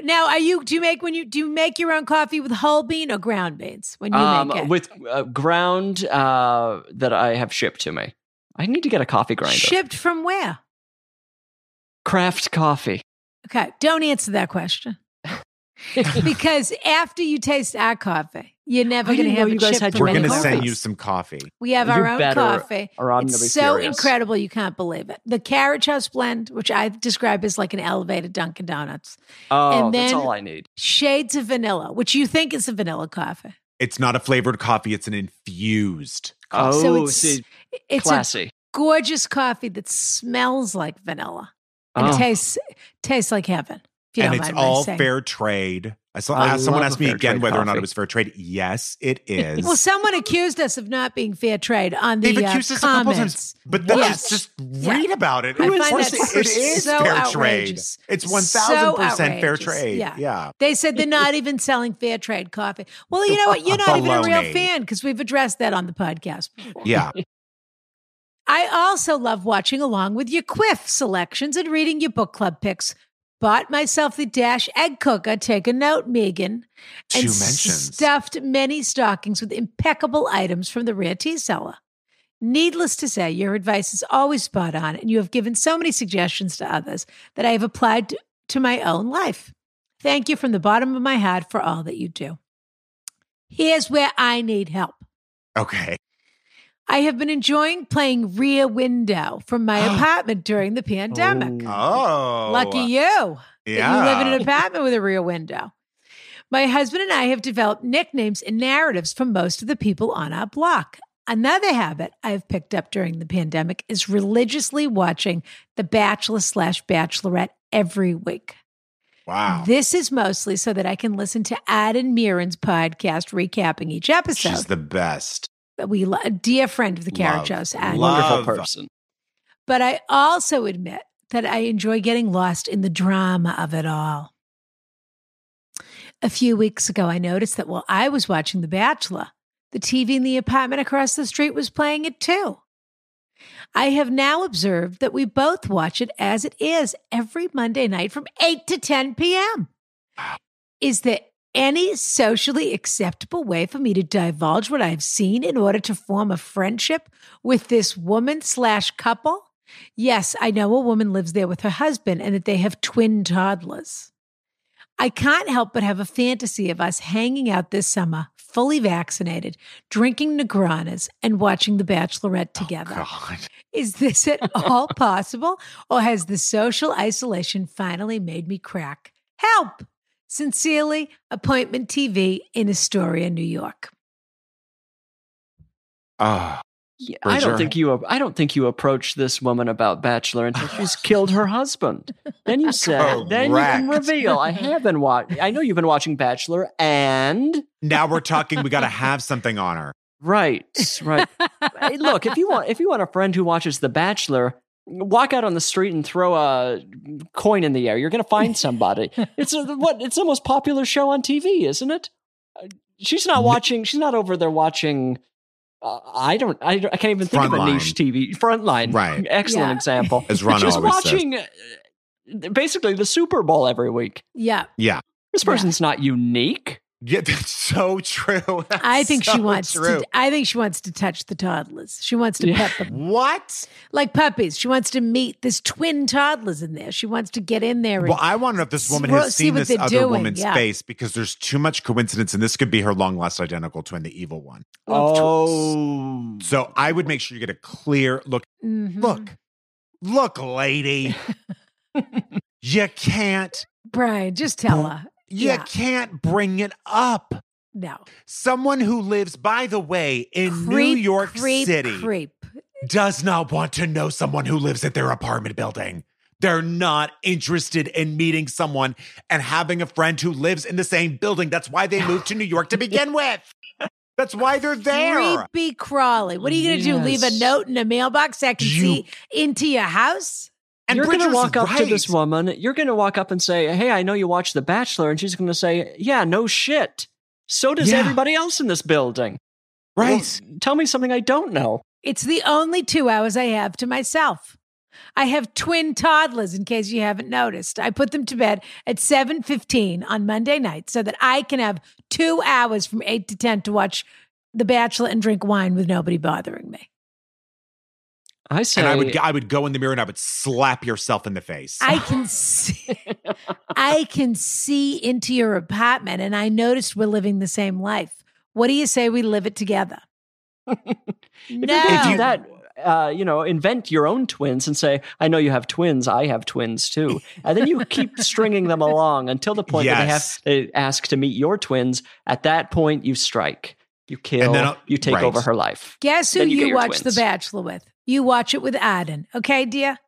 A: Now, are you? Do you make when you do you make your own coffee with whole bean or ground beans when you make it?
C: um, with uh, ground uh, that I have shipped to me. I need to get a coffee grinder.
A: Shipped from where?
C: Craft coffee.
A: Okay, don't answer that question because after you taste our coffee, you're never
C: I
A: going to
C: didn't know
A: have
C: you
A: it
C: guys
A: shipped
C: had
A: from
C: your
B: we're
C: own
B: going to
A: anywhere.
C: coffee.
B: send you some coffee.
A: We have
C: You
A: our own
C: better-
A: coffee.
C: or I'm gonna be
A: It's so
C: furious.
A: incredible, you can't believe it. The Carriage House blend, which I describe as like an elevated Dunkin' Donuts,
C: Oh,
A: And
C: that's
A: then-
C: all I need.
A: shades of vanilla, which you think is a vanilla coffee.
B: It's not a flavored coffee, it's an infused
C: Oh,
B: coffee.
A: it's-
C: see,
A: It's a
C: classy.
A: gorgeous coffee that smells like vanilla and
C: Oh.
A: tastes tastes like heaven. If you
B: and
A: don't
B: it's
A: mind my
B: all
A: saying.
B: fair trade. I saw uh,
C: I
B: someone
C: love
B: asked
C: a
B: me
C: fair
B: again
C: trade
B: whether or not
C: coffee.
B: it was fair trade. Yes, it is.
A: Well, someone accused us of not being fair trade on the
B: They've
A: uh,
B: accused us a couple
A: comments.
B: times, but then
A: What?
B: just, just read about it.
A: I
B: Of
A: find
B: course
A: that
B: it- it is
A: so
B: fair
A: outrageous.
B: trade. It's
A: So
B: one thousand percent fair
A: outrageous.
B: trade.
A: Yeah.
B: Yeah.
A: They said they're not even selling fair trade coffee. Well, you know what? You're not even a real
B: Baloney.
A: fan because we've addressed that on the podcast before.
B: yeah,
A: I also love watching along with your quiff selections and reading your book club picks. Bought myself the Dash egg cooker. Take a note, Megan.
B: Two
A: s-
B: mentions.
A: Stuffed many stockings with impeccable items from the Rare Tea Cellar. Needless to say, your advice is always spot on, and you have given so many suggestions to others that I have applied to, to my own life. Thank you from the bottom of my heart for all that you do. Here's where I need help.
B: Okay.
A: I have been enjoying playing Rear Window from my apartment during the pandemic.
C: Mm.
B: Oh.
A: Lucky you that you live in
B: Yeah.
A: an apartment with a rear window. My husband and I have developed nicknames and narratives from most of the people on our block. Another habit I've picked up during the pandemic is religiously watching The Bachelor slash Bachelorette every week.
B: Wow.
A: This is mostly so that I can listen to Adam Mirren's podcast recapping each
B: She's
A: episode.
B: the best.
A: That we lo- a dear friend of the Carriage
B: Love.
A: House,
B: Love.
A: Adam.
C: Wonderful
B: Love.
C: person.
A: But I also admit that I enjoy getting lost in the drama of it all. A few weeks ago, I noticed that while I was watching The Bachelor, the TV in the apartment across the street was playing it too. I have now observed that we both watch it as it is every Monday night from 8 to 10 p.m. Is there any socially acceptable way for me to divulge what I've seen in order to form a friendship with this woman slash couple? Yes, I know a woman lives there with her husband and that they have twin toddlers. I can't help but have a fantasy of us hanging out this summer, fully vaccinated, drinking Negranas, and watching The Bachelorette together.
B: God.
A: Is this at all possible? Or has the social isolation finally made me crack? Help! Sincerely, Appointment TV in Astoria, New York.
B: Ah.
C: Yeah, I don't
B: Berger.
C: think you. I don't think you approach this woman about Bachelor until she's killed her husband. Then you say. Then you can
B: Correct.
C: reveal. I have been watching. I know you've been watching Bachelor, and
B: Now we're talking. We got to have something on her.
C: right, right. Hey, Look, if you want, if you want a friend who watches The Bachelor, walk out on the street and throw a coin in the air. You're going to find somebody. it's a, what? It's the most popular show on TV, isn't it? Uh, She's not watching. She's not over there watching. Uh, I don't. I, don't- I can't even think of a
B: Frontline.
C: niche TV frontline.
B: Right.
C: Excellent
A: Yeah.
C: example.
B: As Ron
C: She's
B: always says.
C: watching uh, basically the Super Bowl every week.
A: Yeah,
B: Yeah.
C: This
A: Yeah.
C: person's not unique.
B: Yeah, that's so true. That's
A: I think she
B: so
A: wants
B: true.
A: to I think she wants to touch the toddlers. She wants to
C: Yeah.
A: pet them
B: What?
A: like puppies. She wants to meet this twin toddlers in there. She wants to get in there and
B: Well, I want to know if this woman
A: Well,
B: has
A: see
B: seen
A: what
B: this
A: they're
B: other
A: doing,
B: woman's
A: yeah.
B: face because there's too much coincidence, and this could be her long lost identical twin, the evil one.
A: Well, tw-
C: Oh,
B: So I would make sure you get a clear look.
A: Mhm.
B: Look, look, lady, you can't,
A: Brian, just tell her.
B: you
A: Yeah.
B: can't bring it up.
A: No.
B: Someone who lives, by the way, in New
A: Creep,
B: York
A: creep,
B: City
A: Creep.
B: does not want to know someone who lives at their apartment building. They're not interested in meeting someone and having a friend who lives in the same building. That's why they moved to New York to begin with. That's why they're there.
A: Creepy crawly. What are you going to do? Leave a
C: Yes.
A: note in a mailbox that can
B: You-
A: see into your house?
B: And
C: you're going to
B: Bridger's
C: walk up to
B: right.
C: this woman. You're going to walk up and say, "Hey, I know you watch The Bachelor," and she's going to say, "Yeah, no shit. So does
B: Yeah.
C: everybody else in this building.
B: Right.
C: Well, tell me something I don't know.
A: It's the only two hours I have to myself. I have twin toddlers in case you haven't noticed. I put them to bed at 7:15 on Monday night so that I can have 2 hours from 8 to 10 to watch The Bachelor and drink wine with nobody bothering me.
C: I say,
B: and I would, I would go in the mirror and I would slap yourself in the face.
A: I can see I can see into your apartment and I noticed we're living the same life. What do you say we live it together?
C: if you're gonna
B: If
C: do
B: you-
C: that." Uh, you know, invent your own twins and say, "I know you have twins. I have twins too," and then you keep stringing them along until the point
B: Yes.
C: that they have they ask to meet your twins. At that point, you strike, you kill,
B: then I'll-
C: you take
B: right.
C: over her life.
A: Guess who
C: Then you
A: you,
C: get your
A: watch
C: twins.
A: The Bachelor with? You watch it with Aden. Okay, dear?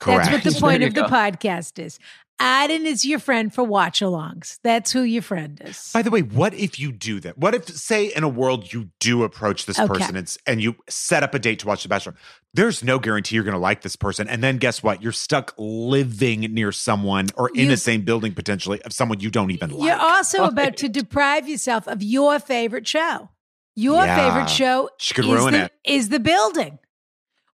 B: Correct.
A: That's what the
C: There
A: point
C: you
A: of the
C: go.
A: podcast is. Aden is your friend for watch alongs. That's who your friend is.
B: By the way, what if you do that? What if, say, in a world you do approach this
A: Okay.
B: person and, s- and you set up a date to watch The Bachelor? There's no guarantee you're going to like this person. And then guess what? You're stuck living near someone or in
A: You-
B: the same building potentially of someone you don't even like.
A: You're also about to deprive yourself of your favorite show. Your
B: Yeah.
A: favorite show
B: she could
A: is
B: ruin
A: the,
B: it.
A: is the building.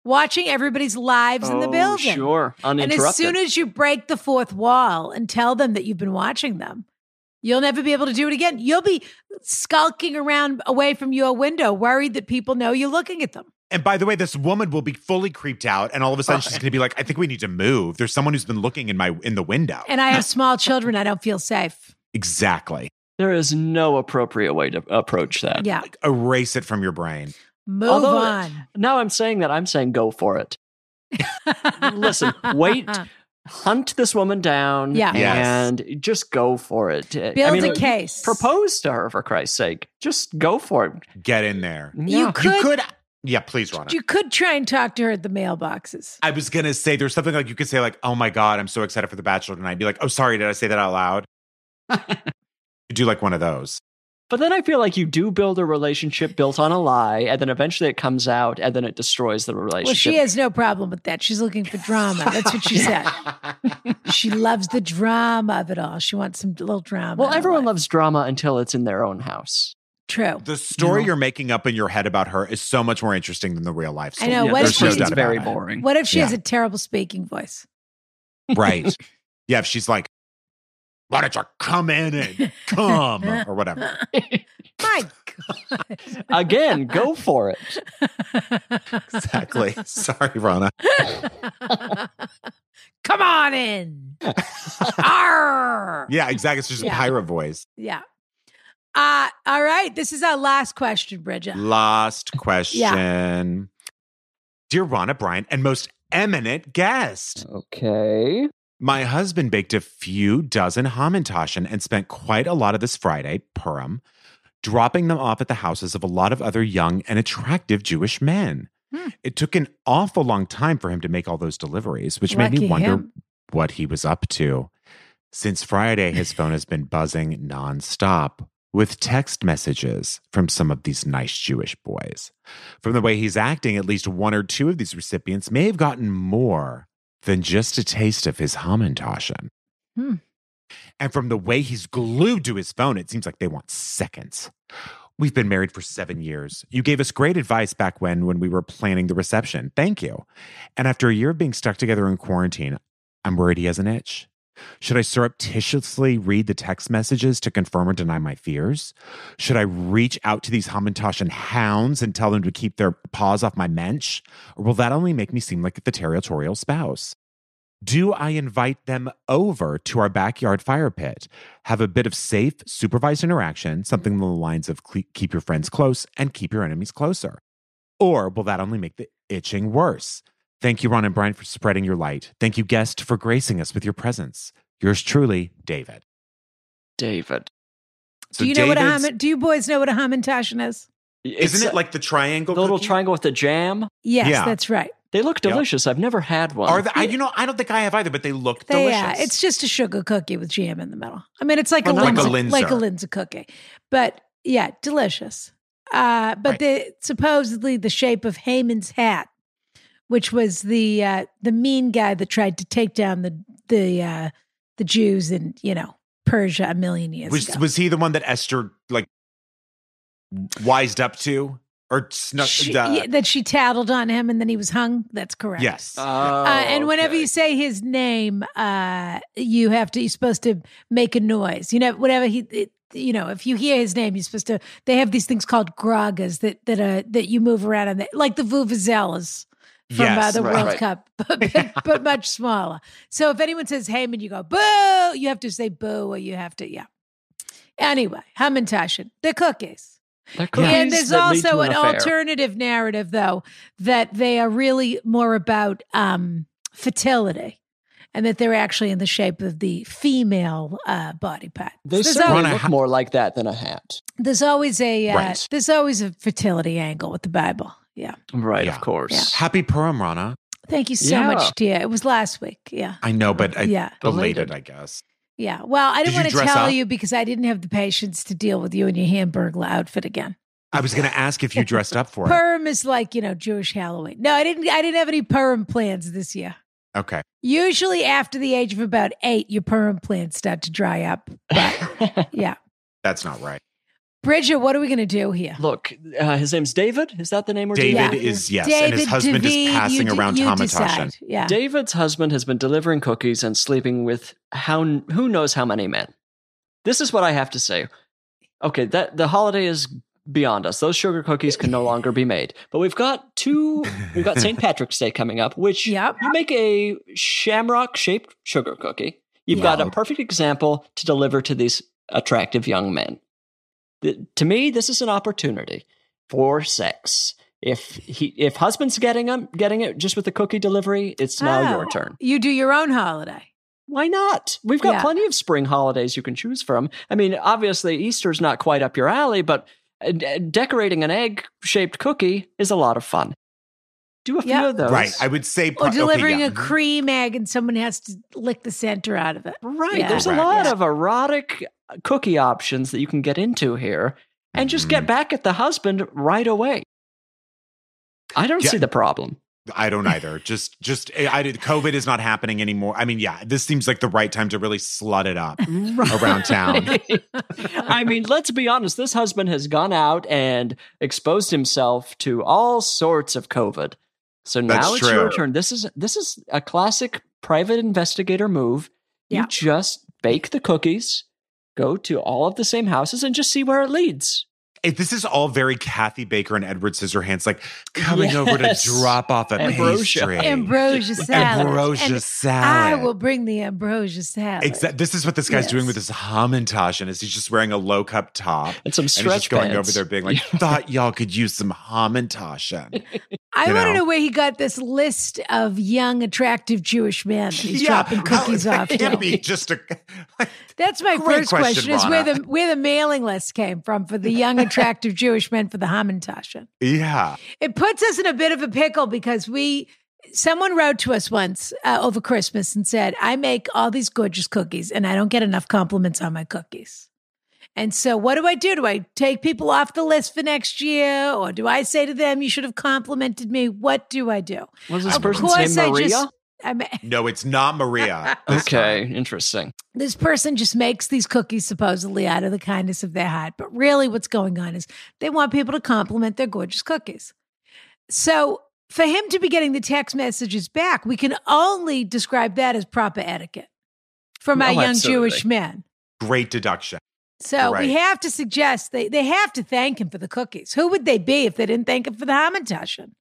A: Watching everybody's lives in the
C: Oh,
A: building.
C: sure,
A: And
C: uninterrupted.
A: as soon as you break the fourth wall and tell them that you've been watching them, you'll never be able to do it again. You'll be skulking around away from your window, worried that people know you're looking at them.
B: And by the way, this woman will be fully creeped out, and all of a
A: Oh.
B: sudden she's going to be like, "I think we need to move." There's someone who's been looking in my in the window.
A: And I have small children. I don't feel safe.
B: exactly.
C: There is no appropriate way to approach that.
A: Yeah.
B: Erase it from your brain.
A: Move
C: Although-
A: on.
C: Now I'm saying that I'm saying go for it. Listen, wait. Hunt this woman down
A: Yeah.
B: Yes.
C: and just go for it. Build
A: Build a case.
C: Propose to her for Christ's sake. Just go for it.
B: Get in there.
A: You
C: Yeah.
A: could,
B: You could. Yeah, please, Ronna.
A: you could try and talk to her at the mailboxes.
B: I was gonna say there's something like you could say like, "Oh my god, I'm so excited for the Bachelor tonight." Be like, "Oh, sorry, did I say that out loud?" you do like one of those.
C: But then I feel like you do build a relationship built on a lie, and then eventually it comes out, and then it destroys the relationship.
A: Well, she has no problem with that. She's looking for drama. That's what she said. she loves the drama of it all. She wants some little drama.
C: Well,
A: in her
C: everyone
A: life.
C: loves drama until it's in their own house.
A: True.
B: The story
C: No.
B: you're making up in your head about her is so much more interesting than the real life.
A: I
B: Story.
A: know. what if
B: There's
C: this
A: she,
B: no
C: person's
B: doubt about
C: very
B: it.
C: boring.
A: what if she
B: Yeah.
A: has a terrible speaking voice?
B: right? Yeah, if she's like, "Why don't you come in and come or whatever?"
A: My God.
C: Again, go for it.
B: Exactly. Sorry, Rana.
A: Come on in. Arr!
B: Yeah, exactly. It's just
A: Yeah.
B: a pirate voice.
A: Yeah. Uh, all right. This is our last question, Bridget.
B: Last question. Dear Rana Bryant and most eminent guest.
C: Okay.
B: My husband baked a few dozen Hamantaschen and spent quite a lot of this Friday, Purim, dropping them off at the houses of a lot of other young and attractive Jewish men.
A: Hmm.
B: It took an awful long time for him to make all those deliveries, which made
A: Lucky
B: me wonder
A: him.
B: what he was up to. Since Friday, his phone has been buzzing nonstop with text messages from some of these nice Jewish boys. From the way he's acting, at least one or two of these recipients may have gotten more than just a taste of his Hamantaschen.
A: Hmm.
B: And from the way he's glued to his phone, it seems like they want seconds. We've been married for seven years. You gave us great advice back when when we were planning the reception. Thank you. And after a year of being stuck together in quarantine, I'm worried he has an itch. Should I surreptitiously read the text messages to confirm or deny my fears? Should I reach out to these Hamantaschen hounds and tell them to keep their paws off my mensch? Or will that only make me seem like the territorial spouse? Do I invite them over to our backyard fire pit? Have a bit of safe, supervised interaction, something along the lines of cle- keep your friends close and keep your enemies closer? Or will that only make the itching worse? Thank you, Ron and Brian, for spreading your light. Thank you, guest, for gracing us with your presence. Yours truly, David.
C: David.
B: So
A: Do you know what a
B: David's-
A: Haman, do you boys know what a Hamantaschen is?
B: Isn't it like the
C: the
B: triangle?
C: little
B: cookie?
C: triangle with the jam?
A: Yes,
B: Yeah.
A: that's right.
C: They look
B: Yep.
C: delicious. I've never had one.
B: Are they, I, you know, I don't think I have either, but they look
A: They, uh,
B: delicious.
A: it's just a sugar cookie with jam in the middle. I mean, it's like a
B: Well,
A: linzer,
B: like
A: like
B: a
A: a
B: Linzer.
A: linzer cookie, but yeah, delicious. Uh, but
B: Right.
A: the supposedly the shape of Haman's hat, which was the uh, the mean guy that tried to take down the the uh, the Jews in you know Persia a million years
B: was
A: ago.
B: was he the one that Esther like wised up to or snuck?
A: She-
B: the-
A: yeah, that she tattled on him and then he was hung. That's correct.
B: Yes.
C: Oh,
A: Uh, and whenever
C: okay.
A: you say his name, uh, you have to. You're supposed to make a noise. You know, whatever he. It, you know, if you hear his name, you're supposed to. They have these things called grogas that that are that you move around and that, like the vuvuzelas from uh,
B: Yes,
A: the
C: right,
A: World
C: right.
A: Cup, but, but, but much smaller. So if anyone says Heyman, you go boo. You have to say boo, or you have to yeah. Anyway, Hamantashen, the cookies.
C: They're cookies
A: And there's
C: that lead to
A: also an,
C: affair.
A: alternative narrative, though, that they are really more about um, fertility and that they're actually in the shape of the female uh, body part.
C: They
A: there's,
C: certainly
A: always,
B: Run a
C: look
B: ha-
C: more like that than a hat.
A: there's always a uh,
B: Right.
A: there's always a fertility angle with the Bible. Yeah.
C: Right,
B: Yeah.
C: of course.
B: Happy Purim, Rana.
A: Thank you so
C: Yeah.
A: much, dear. It was last week. Yeah.
B: I know, but I,
A: yeah.
B: belated,
C: Belated.
B: I guess.
A: Yeah. Well, I
B: Did
A: didn't
B: you
A: want to
B: dress
A: tell
B: up?
A: you because I didn't have the patience to deal with you in your Hamburglar outfit again.
B: I was going to ask if you dressed up for it.
A: Purim is like, you know, Jewish Halloween. No, I didn't I didn't have any Purim plans this year.
B: Okay.
A: Usually after the age of about eight, your perm plants start to dry up. Yeah.
B: That's not right.
A: Bridget, what are we going to do here?
C: Look, uh, his name's David. Is that the name we're doing?
B: David
A: Yeah.
B: is, yes. and his husband
A: David,
B: is passing
A: you de-
B: around
A: you
B: Hamantaschen.
A: decide. Yeah.
C: David's husband has been delivering cookies and sleeping with how who knows how many men. This is what I have to say. Okay, that the holiday is beyond us. Those sugar cookies can no longer be made. But we've got two. We've got St. Patrick's Day coming up, which
A: Yep.
C: you make a shamrock shaped sugar cookie. You've
A: Yeah.
C: got a perfect example to deliver to these attractive young men. Th- to me, this is an opportunity for sex. If he, if husband's getting 'em- getting it just with the cookie delivery, it's now your
A: Oh.
C: turn.
A: You do your own holiday.
C: Why not? We've got
A: Yeah.
C: plenty of spring holidays you can choose from. I mean, obviously Easter's not quite up your alley, but uh, d- decorating an egg-shaped cookie is a lot of fun. Do a
A: Yeah.
C: few of those,
B: Right. I would say pro-
A: Or
B: okay,
A: delivering
B: yeah.
A: a cream egg and someone has to lick the center out of it.
C: right.
A: Yeah.
C: There's a
B: Right.
C: lot
A: Yeah.
C: of erotic uh, cookie options that you can get into here, and just
B: Mm-hmm.
C: get back at the husband right away. I don't
B: Yeah.
C: see the problem.
B: I don't either. Just, just, eh, I did. COVID is not happening anymore. I mean, yeah, this seems like the right time to really slut it up around town.
C: I mean, let's be honest. This husband has gone out and exposed himself to all sorts of COVID. So now
B: That's
C: it's your
B: true.
C: turn. This is this is a classic private investigator move.
A: Yeah.
C: You just bake the cookies, go to all of the same houses, and just see where it leads.
B: It- this is all very Kathy Baker and Edward Scissorhands, like coming over to
C: Yes.
B: drop off a
C: Ambrosia.
B: pastry.
A: Ambrosia salad.
B: Ambrosia
A: And I
B: salad.
A: will bring the ambrosia salad.
B: Exactly. This is what this guy's doing with his hamantash, and is he's just wearing a low cup top.
C: And some
B: and he's
C: stretch
B: just going
C: bands.
B: over there being like, thought y'all could use some hamantash.
A: I
B: you
A: want to
B: know.
A: know where he got this list of young, attractive Jewish men that he's dropping
B: how-
A: cookies
B: that
A: off.
B: can't
A: to.
B: be just a.
A: That's my
B: Great
A: first question:
B: question,
A: is where
B: Rana.
A: the where the mailing list came from for the young, attractive Jewish men for the Hamantasha.
B: Yeah.
A: It puts us in a bit of a pickle because we. Someone wrote to us once uh, over Christmas and said, "I make all these gorgeous cookies, and I don't get enough compliments on my cookies." And so, what do I do? Do I take people off the list for next year, or do I say to them, "You should have complimented me"? What do I do?
C: Was this
B: Of
C: person's name
A: I
C: Maria?
A: just I ma-
B: No, it's not Maria. this
C: okay,
B: time.
C: interesting.
A: this person just makes these cookies supposedly out of the kindness of their heart, but really what's going on is they want people to compliment their gorgeous cookies. So for him to be getting the text messages back, we can only describe that as proper etiquette from our
C: Oh,
A: young
C: absolutely.
A: Jewish men.
B: Great deduction.
A: So
B: Right.
A: we have to suggest they, they have to thank him for the cookies. Who would they be if they didn't thank him for the hamantaschen?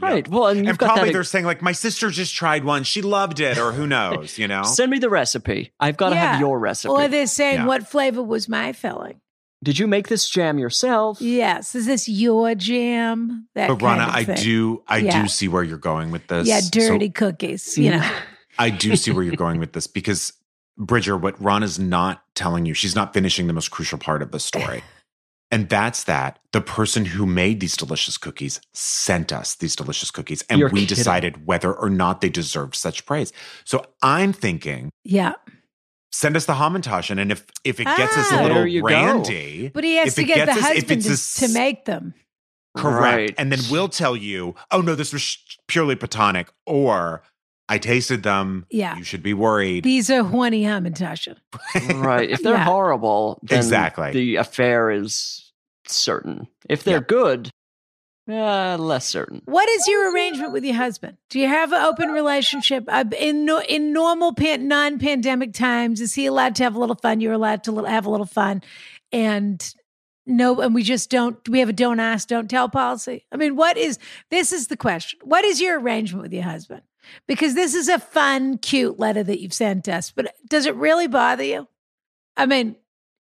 C: Right. Well, and you've
B: and
C: got
B: probably
C: that.
B: they're saying like, my sister just tried one. She loved it, or who knows, you know?
C: Send me the recipe. I've got to
A: Yeah.
C: have your recipe.
A: Or they're saying,
B: Yeah.
A: what flavor was my filling?
C: Did you make this jam yourself?
A: Yes, is this your jam? That
B: But
A: kind
B: Rana,
A: of
B: I
A: thing.
B: do, I
A: Yeah.
B: do see where you're going with this.
A: Yeah,
B: So Mm-hmm.
A: dirty cookies,
C: Mm.
A: you know.
B: I do see where you're going with this because Bridger, what Rana's not telling you, she's not finishing the most crucial part of the story. And that's that the person who made these delicious cookies sent us these delicious cookies, and
C: You're
B: we
C: kidding.
B: decided whether or not they deserved such praise. So I'm thinking,
A: Yeah.
B: send us the hamantaschen, and if if it gets us
A: Ah.
B: a
C: There
B: little
C: you go.
B: randy,
A: But he has
B: If
A: to
B: it
A: get the
B: gets us- if
A: husband
B: it's a
A: to, to
B: s-
A: make them.
B: correct,
C: Right.
B: and then we'll tell you, oh no, this was sh- purely platonic, or I tasted them.
A: Yeah.
B: you should be worried.
A: These are horny hamantaschen.
C: right. If they're
A: Yeah.
C: horrible, then
B: Exactly.
C: the affair is certain. If they're good, uh, less certain.
A: What is your arrangement with your husband? Do you have an open relationship? Uh, In no- in normal pan, non-pandemic times, is he allowed to have a little fun? You're allowed to little, have a little fun, and no, and we just don't. We have a don't ask, don't tell policy. I mean, what is this? Is the question? What is your arrangement with your husband? Because this is a fun, cute letter that you've sent us, but does it really bother you? I mean,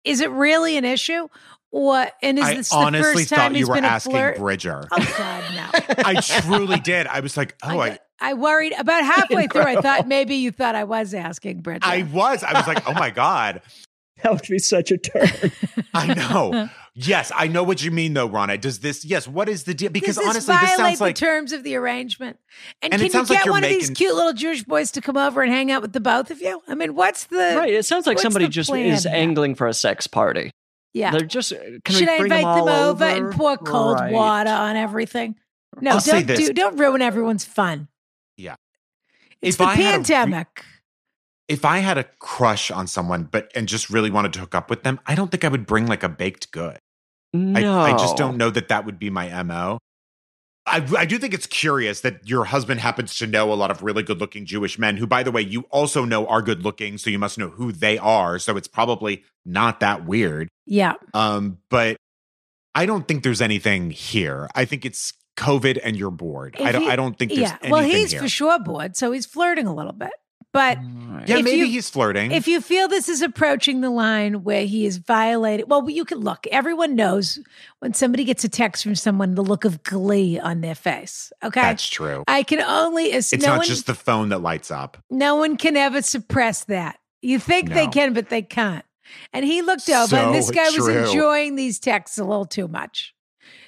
A: is it really an issue? Or and is
B: I
A: this the
B: honestly
A: first time
B: thought
A: he's
B: you were
A: been a
B: asking
A: flirt?
B: Bridger.
A: oh God, no.
B: I truly did. I was like, oh,
A: I,
B: I,
A: got- I worried about halfway through. I thought maybe you thought I was asking Bridget.
B: I was. I was like, oh my God.
C: That would be such a turn.
B: I know. Yes, I know what you mean though, Rana. Does this, yes, what is the deal? Because
A: Does this
B: honestly,
A: violate
B: this sounds
A: the
B: like,
A: terms of the arrangement? And,
B: And
A: can
B: it
A: you
B: sounds like
A: get
B: you're
A: one of these
B: making-
A: cute little Jewish boys to come over and hang out with the both of you? I mean, what's the
C: right. It sounds like
A: What's
C: somebody
A: the
C: just
A: plan
C: is
A: here?
C: angling for a sex party.
A: Yeah,
C: They're just. uh, Can
A: should
C: we
A: I
C: bring
A: invite them,
C: all
A: over, and pour cold
C: Right.
A: water on everything? No,
B: I'll say
A: don't
B: this.
A: do don't ruin everyone's fun.
B: Yeah.
A: it's
B: If
A: the
B: I had a re-
A: pandemic.
B: if I had a crush on someone, but, and just really wanted to hook up with them, I don't think I would bring like a baked good.
C: No,
B: I, I just don't know that that would be my MO. I, I do think it's curious that your husband happens to know a lot of really good looking Jewish men who, by the way, you also know are good looking. So you must know who they are. So it's probably not that weird.
A: yeah,
B: Um, but I don't think there's anything here. I think it's COVID and you're bored.
A: If
B: I don't.
A: he-
B: I don't think there's
A: yeah.
B: anything
A: Well, he's
B: here.
A: for sure bored, so he's flirting a little bit. But
B: Yeah,
A: if
B: maybe
A: you-
B: he's flirting.
A: if you feel this is approaching the line where he is violated, well, you can look. Everyone knows when somebody gets a text from someone, the look of glee on their face. Okay,
B: That's true.
A: I can only as
B: It's
A: no
B: not
A: one,
B: just the phone that lights up.
A: no one can ever suppress that. You think they
B: No.
A: can, but they can't. And he looked over, and this
B: So
A: guy was
B: true.
A: enjoying these texts a little too much.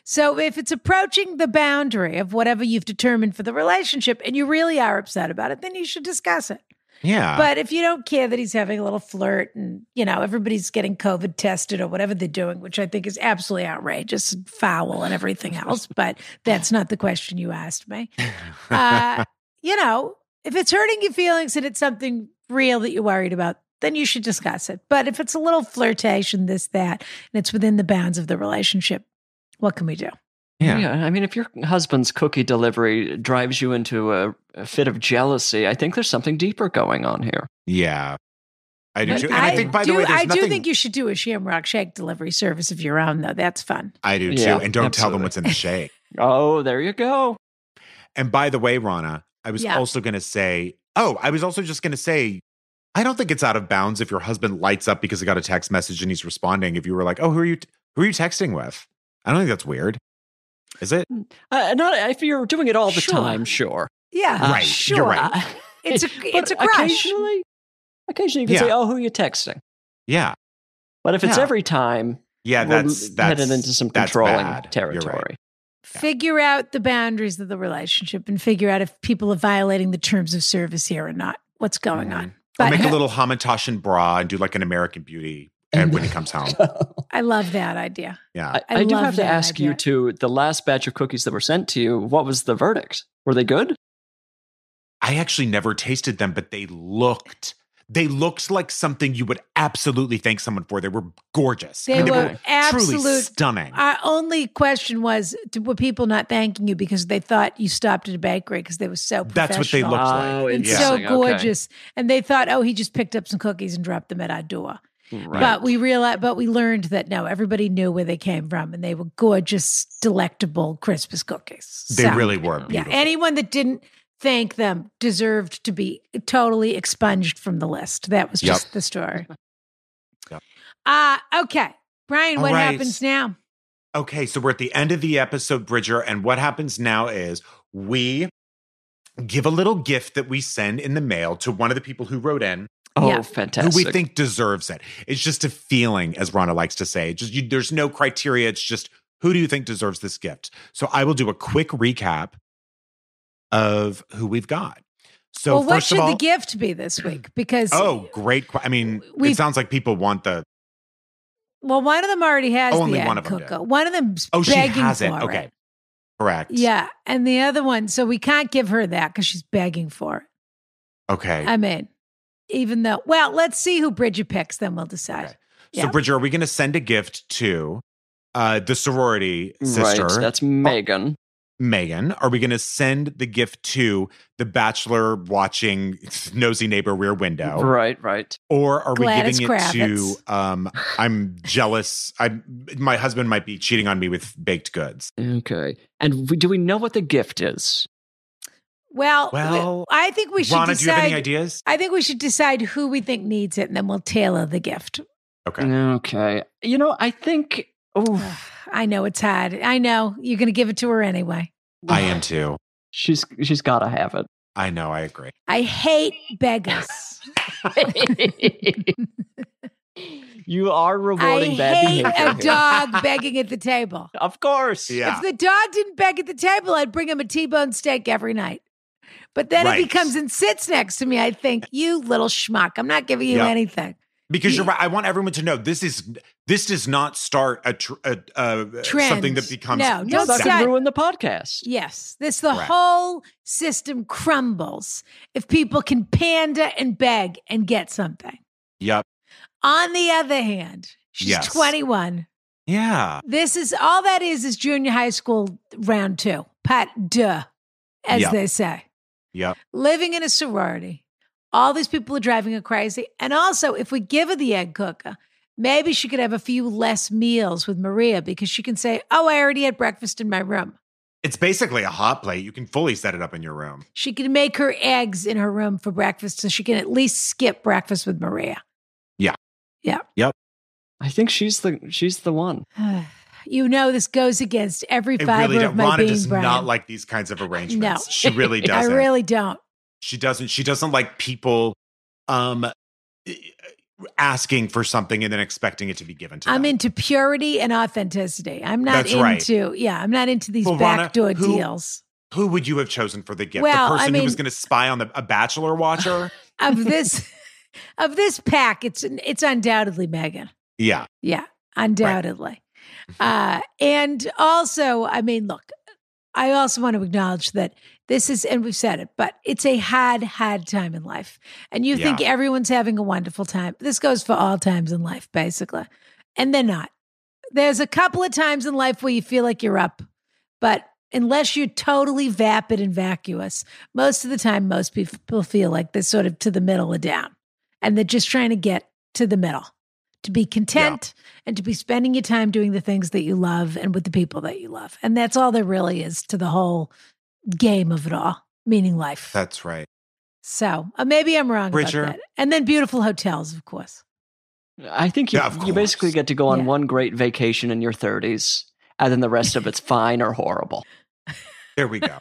A: So if it's approaching the boundary of whatever you've determined for the relationship, and you really are upset about it, then you should discuss it.
B: Yeah.
A: But if you don't care that he's having a little flirt and, you know, everybody's getting COVID tested or whatever they're doing, which I think is absolutely outrageous and foul and everything else, but that's not the question you asked me. Uh, you know, if it's hurting your feelings and it's something real that you're worried about, then you should discuss it. But if it's a little flirtation, this, that, and it's within the bounds of the relationship, what can we do?
B: yeah.
A: uh,
C: I mean, if your husband's cookie delivery drives you into a, a fit of jealousy, I think there's something deeper going on here.
B: Yeah. I do
A: But
B: too. And I, think, by
A: do-
B: the way, there's
A: I
B: nothing.
A: do think you should do a shamrock shake delivery service of your own, though. That's fun.
B: I do too.
C: Yeah,
B: and don't tell them
C: absolutely.
B: what's in the shake.
C: Oh, there you go.
B: And by the way, Rana, I was
A: Yeah.
B: also going to say, oh, I was also just going to say, I don't think it's out of bounds if your husband lights up because he got a text message and he's responding. If you were like, oh, who are you? who are you texting with? I don't think that's weird. Is it?
C: Uh, not if you're doing it all the
A: Sure.
C: time, sure.
A: Yeah,
C: Uh,
B: Right,
A: Sure.
B: you're right.
C: Uh,
A: It's a
C: but
A: it's a crush.
C: Occasionally, occasionally you can
B: Yeah.
C: say, "Oh, who are you texting?"
B: Yeah.
C: But if it's
B: Yeah.
C: every time,
B: Yeah.
C: we're
B: That's, that's,
C: headed into some
B: that's
C: controlling
B: bad. You're right.
C: territory.
A: Figure out the boundaries of the relationship and figure out if people are violating the terms of service here or not. What's going on?
C: Mm-hmm.
B: Or
A: Oh But
B: Mm-hmm. make a little Hamantash and bra and do like an American Beauty. And when he comes home,
A: I love that idea.
B: yeah.
C: I,
A: I
C: I do
A: love
C: have to
A: that
C: ask you
A: idea.
C: too. The last batch of cookies that were sent to you, what was the verdict? Were they good?
B: I actually never tasted them, but they looked they looked like something you would absolutely thank someone for. They were gorgeous.
A: They
B: and
A: were
B: truly
A: absolute.
B: stunning.
A: Our only question was: d- Were people not thanking you because they thought you stopped at a bakery because they were so
B: That's what they
A: professional
B: looked
C: Oh,
B: like.
A: and
B: Yeah.
A: so
C: interesting. Okay.
A: gorgeous, and they thought, oh, he just picked up some cookies and dropped them at our door.
C: Right.
A: But we realized, but we learned that no, everybody knew where they came from, and they were gorgeous, delectable Christmas cookies.
B: They
A: So-
B: really were
A: Yeah,
B: beautiful.
A: anyone that didn't thank them deserved to be totally expunged from the list. That was
B: Yep.
A: just the story.
B: Yep.
A: Uh, okay. Brian,
B: All
A: what
B: right.
A: happens now?
B: Okay, so we're at the end of the episode, Bridger, and what happens now is we give a little gift that we send in the mail to one of the people who wrote in
C: oh,
A: Yeah.
C: fantastic!
B: who we think deserves it. It's just a feeling, as Rana likes to say. Just you, there's no criteria. It's just who do you think deserves this gift? So I will do a quick recap of who we've got. So
A: well, what
B: first
A: should
B: of all,
A: the gift be this week? Because
B: oh, great! que- I mean,
A: We've-
B: it sounds like people want the.
A: well, one of them already has
B: Oh, Only
A: the
B: one
A: ad
B: of them did.
A: cuckoo. One of them's
B: Oh, she
A: begging
B: has it.
A: for
B: Okay, correct.
A: Yeah, and the other one, so we can't give her that because she's begging for it.
B: Okay.
A: I'm in. Even though, well, let's see who Bridget picks, then we'll decide.
B: Okay.
A: yeah.
B: So Bridger, are we going to send a gift to uh, the sorority sister?
C: right. That's Megan.
B: Megan? Are we going to send the gift to the bachelor watching nosy neighbor rear window?
C: Right, right.
B: Or are
A: Gladys
B: we giving
A: Kravitz.
B: it to um I'm jealous. I my husband might be cheating on me with baked goods.
C: Okay. And we, do we know what the gift is?
A: Well,
B: Well,
A: I think we should
B: Rana, do you have
A: decide.
B: any ideas?
A: I think we should decide who we think needs it, and then we'll tailor the gift.
B: Okay.
C: Okay. You know, I think. Oh,
A: Ugh, I know it's hard. I know you're going to give it to her anyway.
B: I am too.
C: She's she's got to have it.
B: I know, I agree.
A: I hate beggars.
C: you are
A: I
C: rewarding bad
A: hate
C: behavior.
A: a
C: here.
A: dog begging at the table.
C: Of course.
B: Yeah.
A: If the dog didn't beg at the table, I'd bring him a T-bone steak every night. But then if he
B: Right.
A: comes and sits next to me, I think, you little schmuck, I'm not giving you
B: Yeah.
A: anything.
B: Because you're right. I want everyone to know this is this does not start a, tr- a, a
A: Trend.
B: something that becomes
A: No, don't
C: Yes, that
A: start-
C: can ruin the podcast.
A: Yes, this the
B: Correct.
A: whole system crumbles if people can pander and beg and get something.
B: Yep.
A: On the other hand, she's
B: Yes.
A: 21.
B: Yeah.
A: This is all that is is junior high school round two, pat duh, as
B: Yep.
A: they say.
B: Yep.
A: Living in a sorority, all these people are driving her crazy. And also, if we give her the egg cooker, Maybe she could have a few less meals with Maria because she can say, Oh, I already had breakfast in my room.
B: It's basically a hot plate. You can fully set it up in your room.
A: She can make her eggs in her room for breakfast so she can at least skip breakfast with Maria.
C: I think she's the she's the one.
A: you know, this goes against every
B: It
A: fiber
B: really
A: of
B: does.
A: my
B: Rana
A: being.
B: does not
A: Brian.
B: like these kinds of arrangements. She really
A: I
B: doesn't.
A: really don't.
B: she doesn't. She doesn't like people um asking for something and then expecting it to be given to
A: I'm
B: them.
A: into purity and authenticity. I'm not
B: That's right.
A: into, yeah, I'm not into these
B: Well, Rana,
A: backdoor
B: who-
A: deals
B: who would you have chosen for the gift?
A: Well,
B: the
A: I
B: person who was
A: mean-
B: going to spy on the, a bachelor watcher?
A: of this of this pack. It's it's undoubtedly Megan.
B: yeah.
A: Yeah, undoubtedly. Uh, and also, I mean, look, I also want to acknowledge that this is, and we've said it, but it's a hard, hard time in life. And you think everyone's having a wonderful time. This goes for all times in life, basically. And they're not. There's a couple of times in life where you feel like you're up, but unless you're totally vapid and vacuous, most of the time, most people feel like they're sort of to the middle or down. And they're just trying to get to the middle, to be content and to be spending your time doing the things that you love and with the people that you love. And that's all there really is to the whole game of it all, meaning life.
B: That's right.
A: so uh, maybe I'm wrong
B: Bridger?
A: about that. And then beautiful hotels, of course.
C: I think you,
B: Yeah, of
C: you basically
B: course.
C: get to go on
A: Yeah.
C: one great vacation in your 30s, and then the rest of it's fine or horrible.
B: There we go.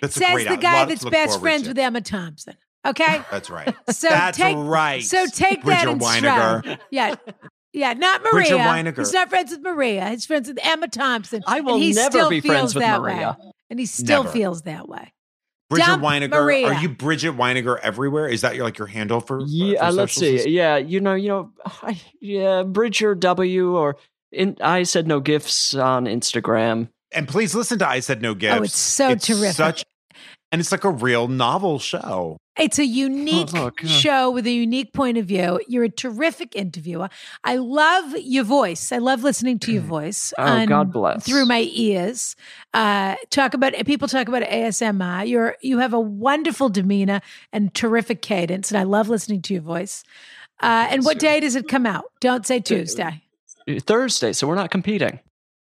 B: That's a
A: Says
B: great
A: the
B: out- lot
A: guy
B: to
A: that's
B: look
A: best
B: forward
A: friends
B: to.
A: with Emma Thompson. Okay,
B: That's right.
A: so
B: that's
A: take
B: right.
A: so take that
B: Bridger
A: and
B: Weiniger.
A: stride. Yeah, yeah, not
B: Bridger
A: Maria.
B: Weiniger.
A: He's not friends with Maria. He's friends with Emma Thompson.
C: I will
A: and he
C: never
A: still
C: be
A: feels
C: friends with
A: that
C: Maria.
A: Way. And he still
B: Never.
A: feels that way.
B: Bridget
A: Dump
B: Weiniger.
A: Maria.
B: Are you Bridget Weiniger everywhere? Is that your like your handle for? for- for
C: Yeah, uh, let's
B: socials?
C: see. Yeah, you know, you know, I, yeah, Bridger W or in, I said no gifts on Instagram.
B: And please listen to I Said No Gifts.
A: Oh, it's so terrific.
B: and it's like a real novel show.
A: It's a unique
C: Oh, look, yeah.
A: show with a unique point of view. You're a terrific interviewer. I love your voice. I love listening to your voice.
C: Oh, God bless.
A: Through my ears. Uh, talk about people talk about ASMR. You're you have a wonderful demeanor and terrific cadence, and I love listening to your voice. Uh, and what day does it come out? Don't
C: Uh,
A: say Tuesday.
C: Thursday, so we're not competing.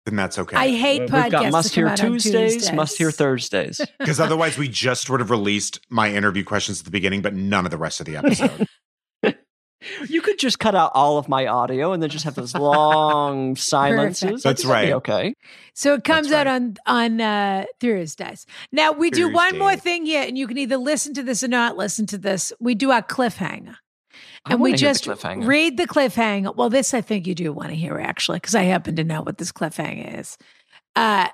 B: Then that's
A: I
B: okay.
A: hate podcasts.
C: uh, We've got must
A: that come
C: hear
A: out on
C: Tuesdays, must hear
A: Tuesdays.
C: Thursdays.
B: Because otherwise, we just sort of released my interview questions at the beginning, but none of the rest of the episode.
C: you could just cut out all of my audio and then just have those long silences. I think
B: That's
C: that'd be
B: right.
C: Okay.
A: So it comes out
B: That's
A: on on uh, Thursdays. Now we do one more
B: Thursdays.
A: thing here, and you can either listen to this or not listen to this. We do our cliffhanger,
C: I
A: and we
C: wanna hear the
A: just
C: cliffhanger.
A: read the cliffhanger. Well, this I think you do want to hear actually, because I happen to know what this cliffhanger is. Uh,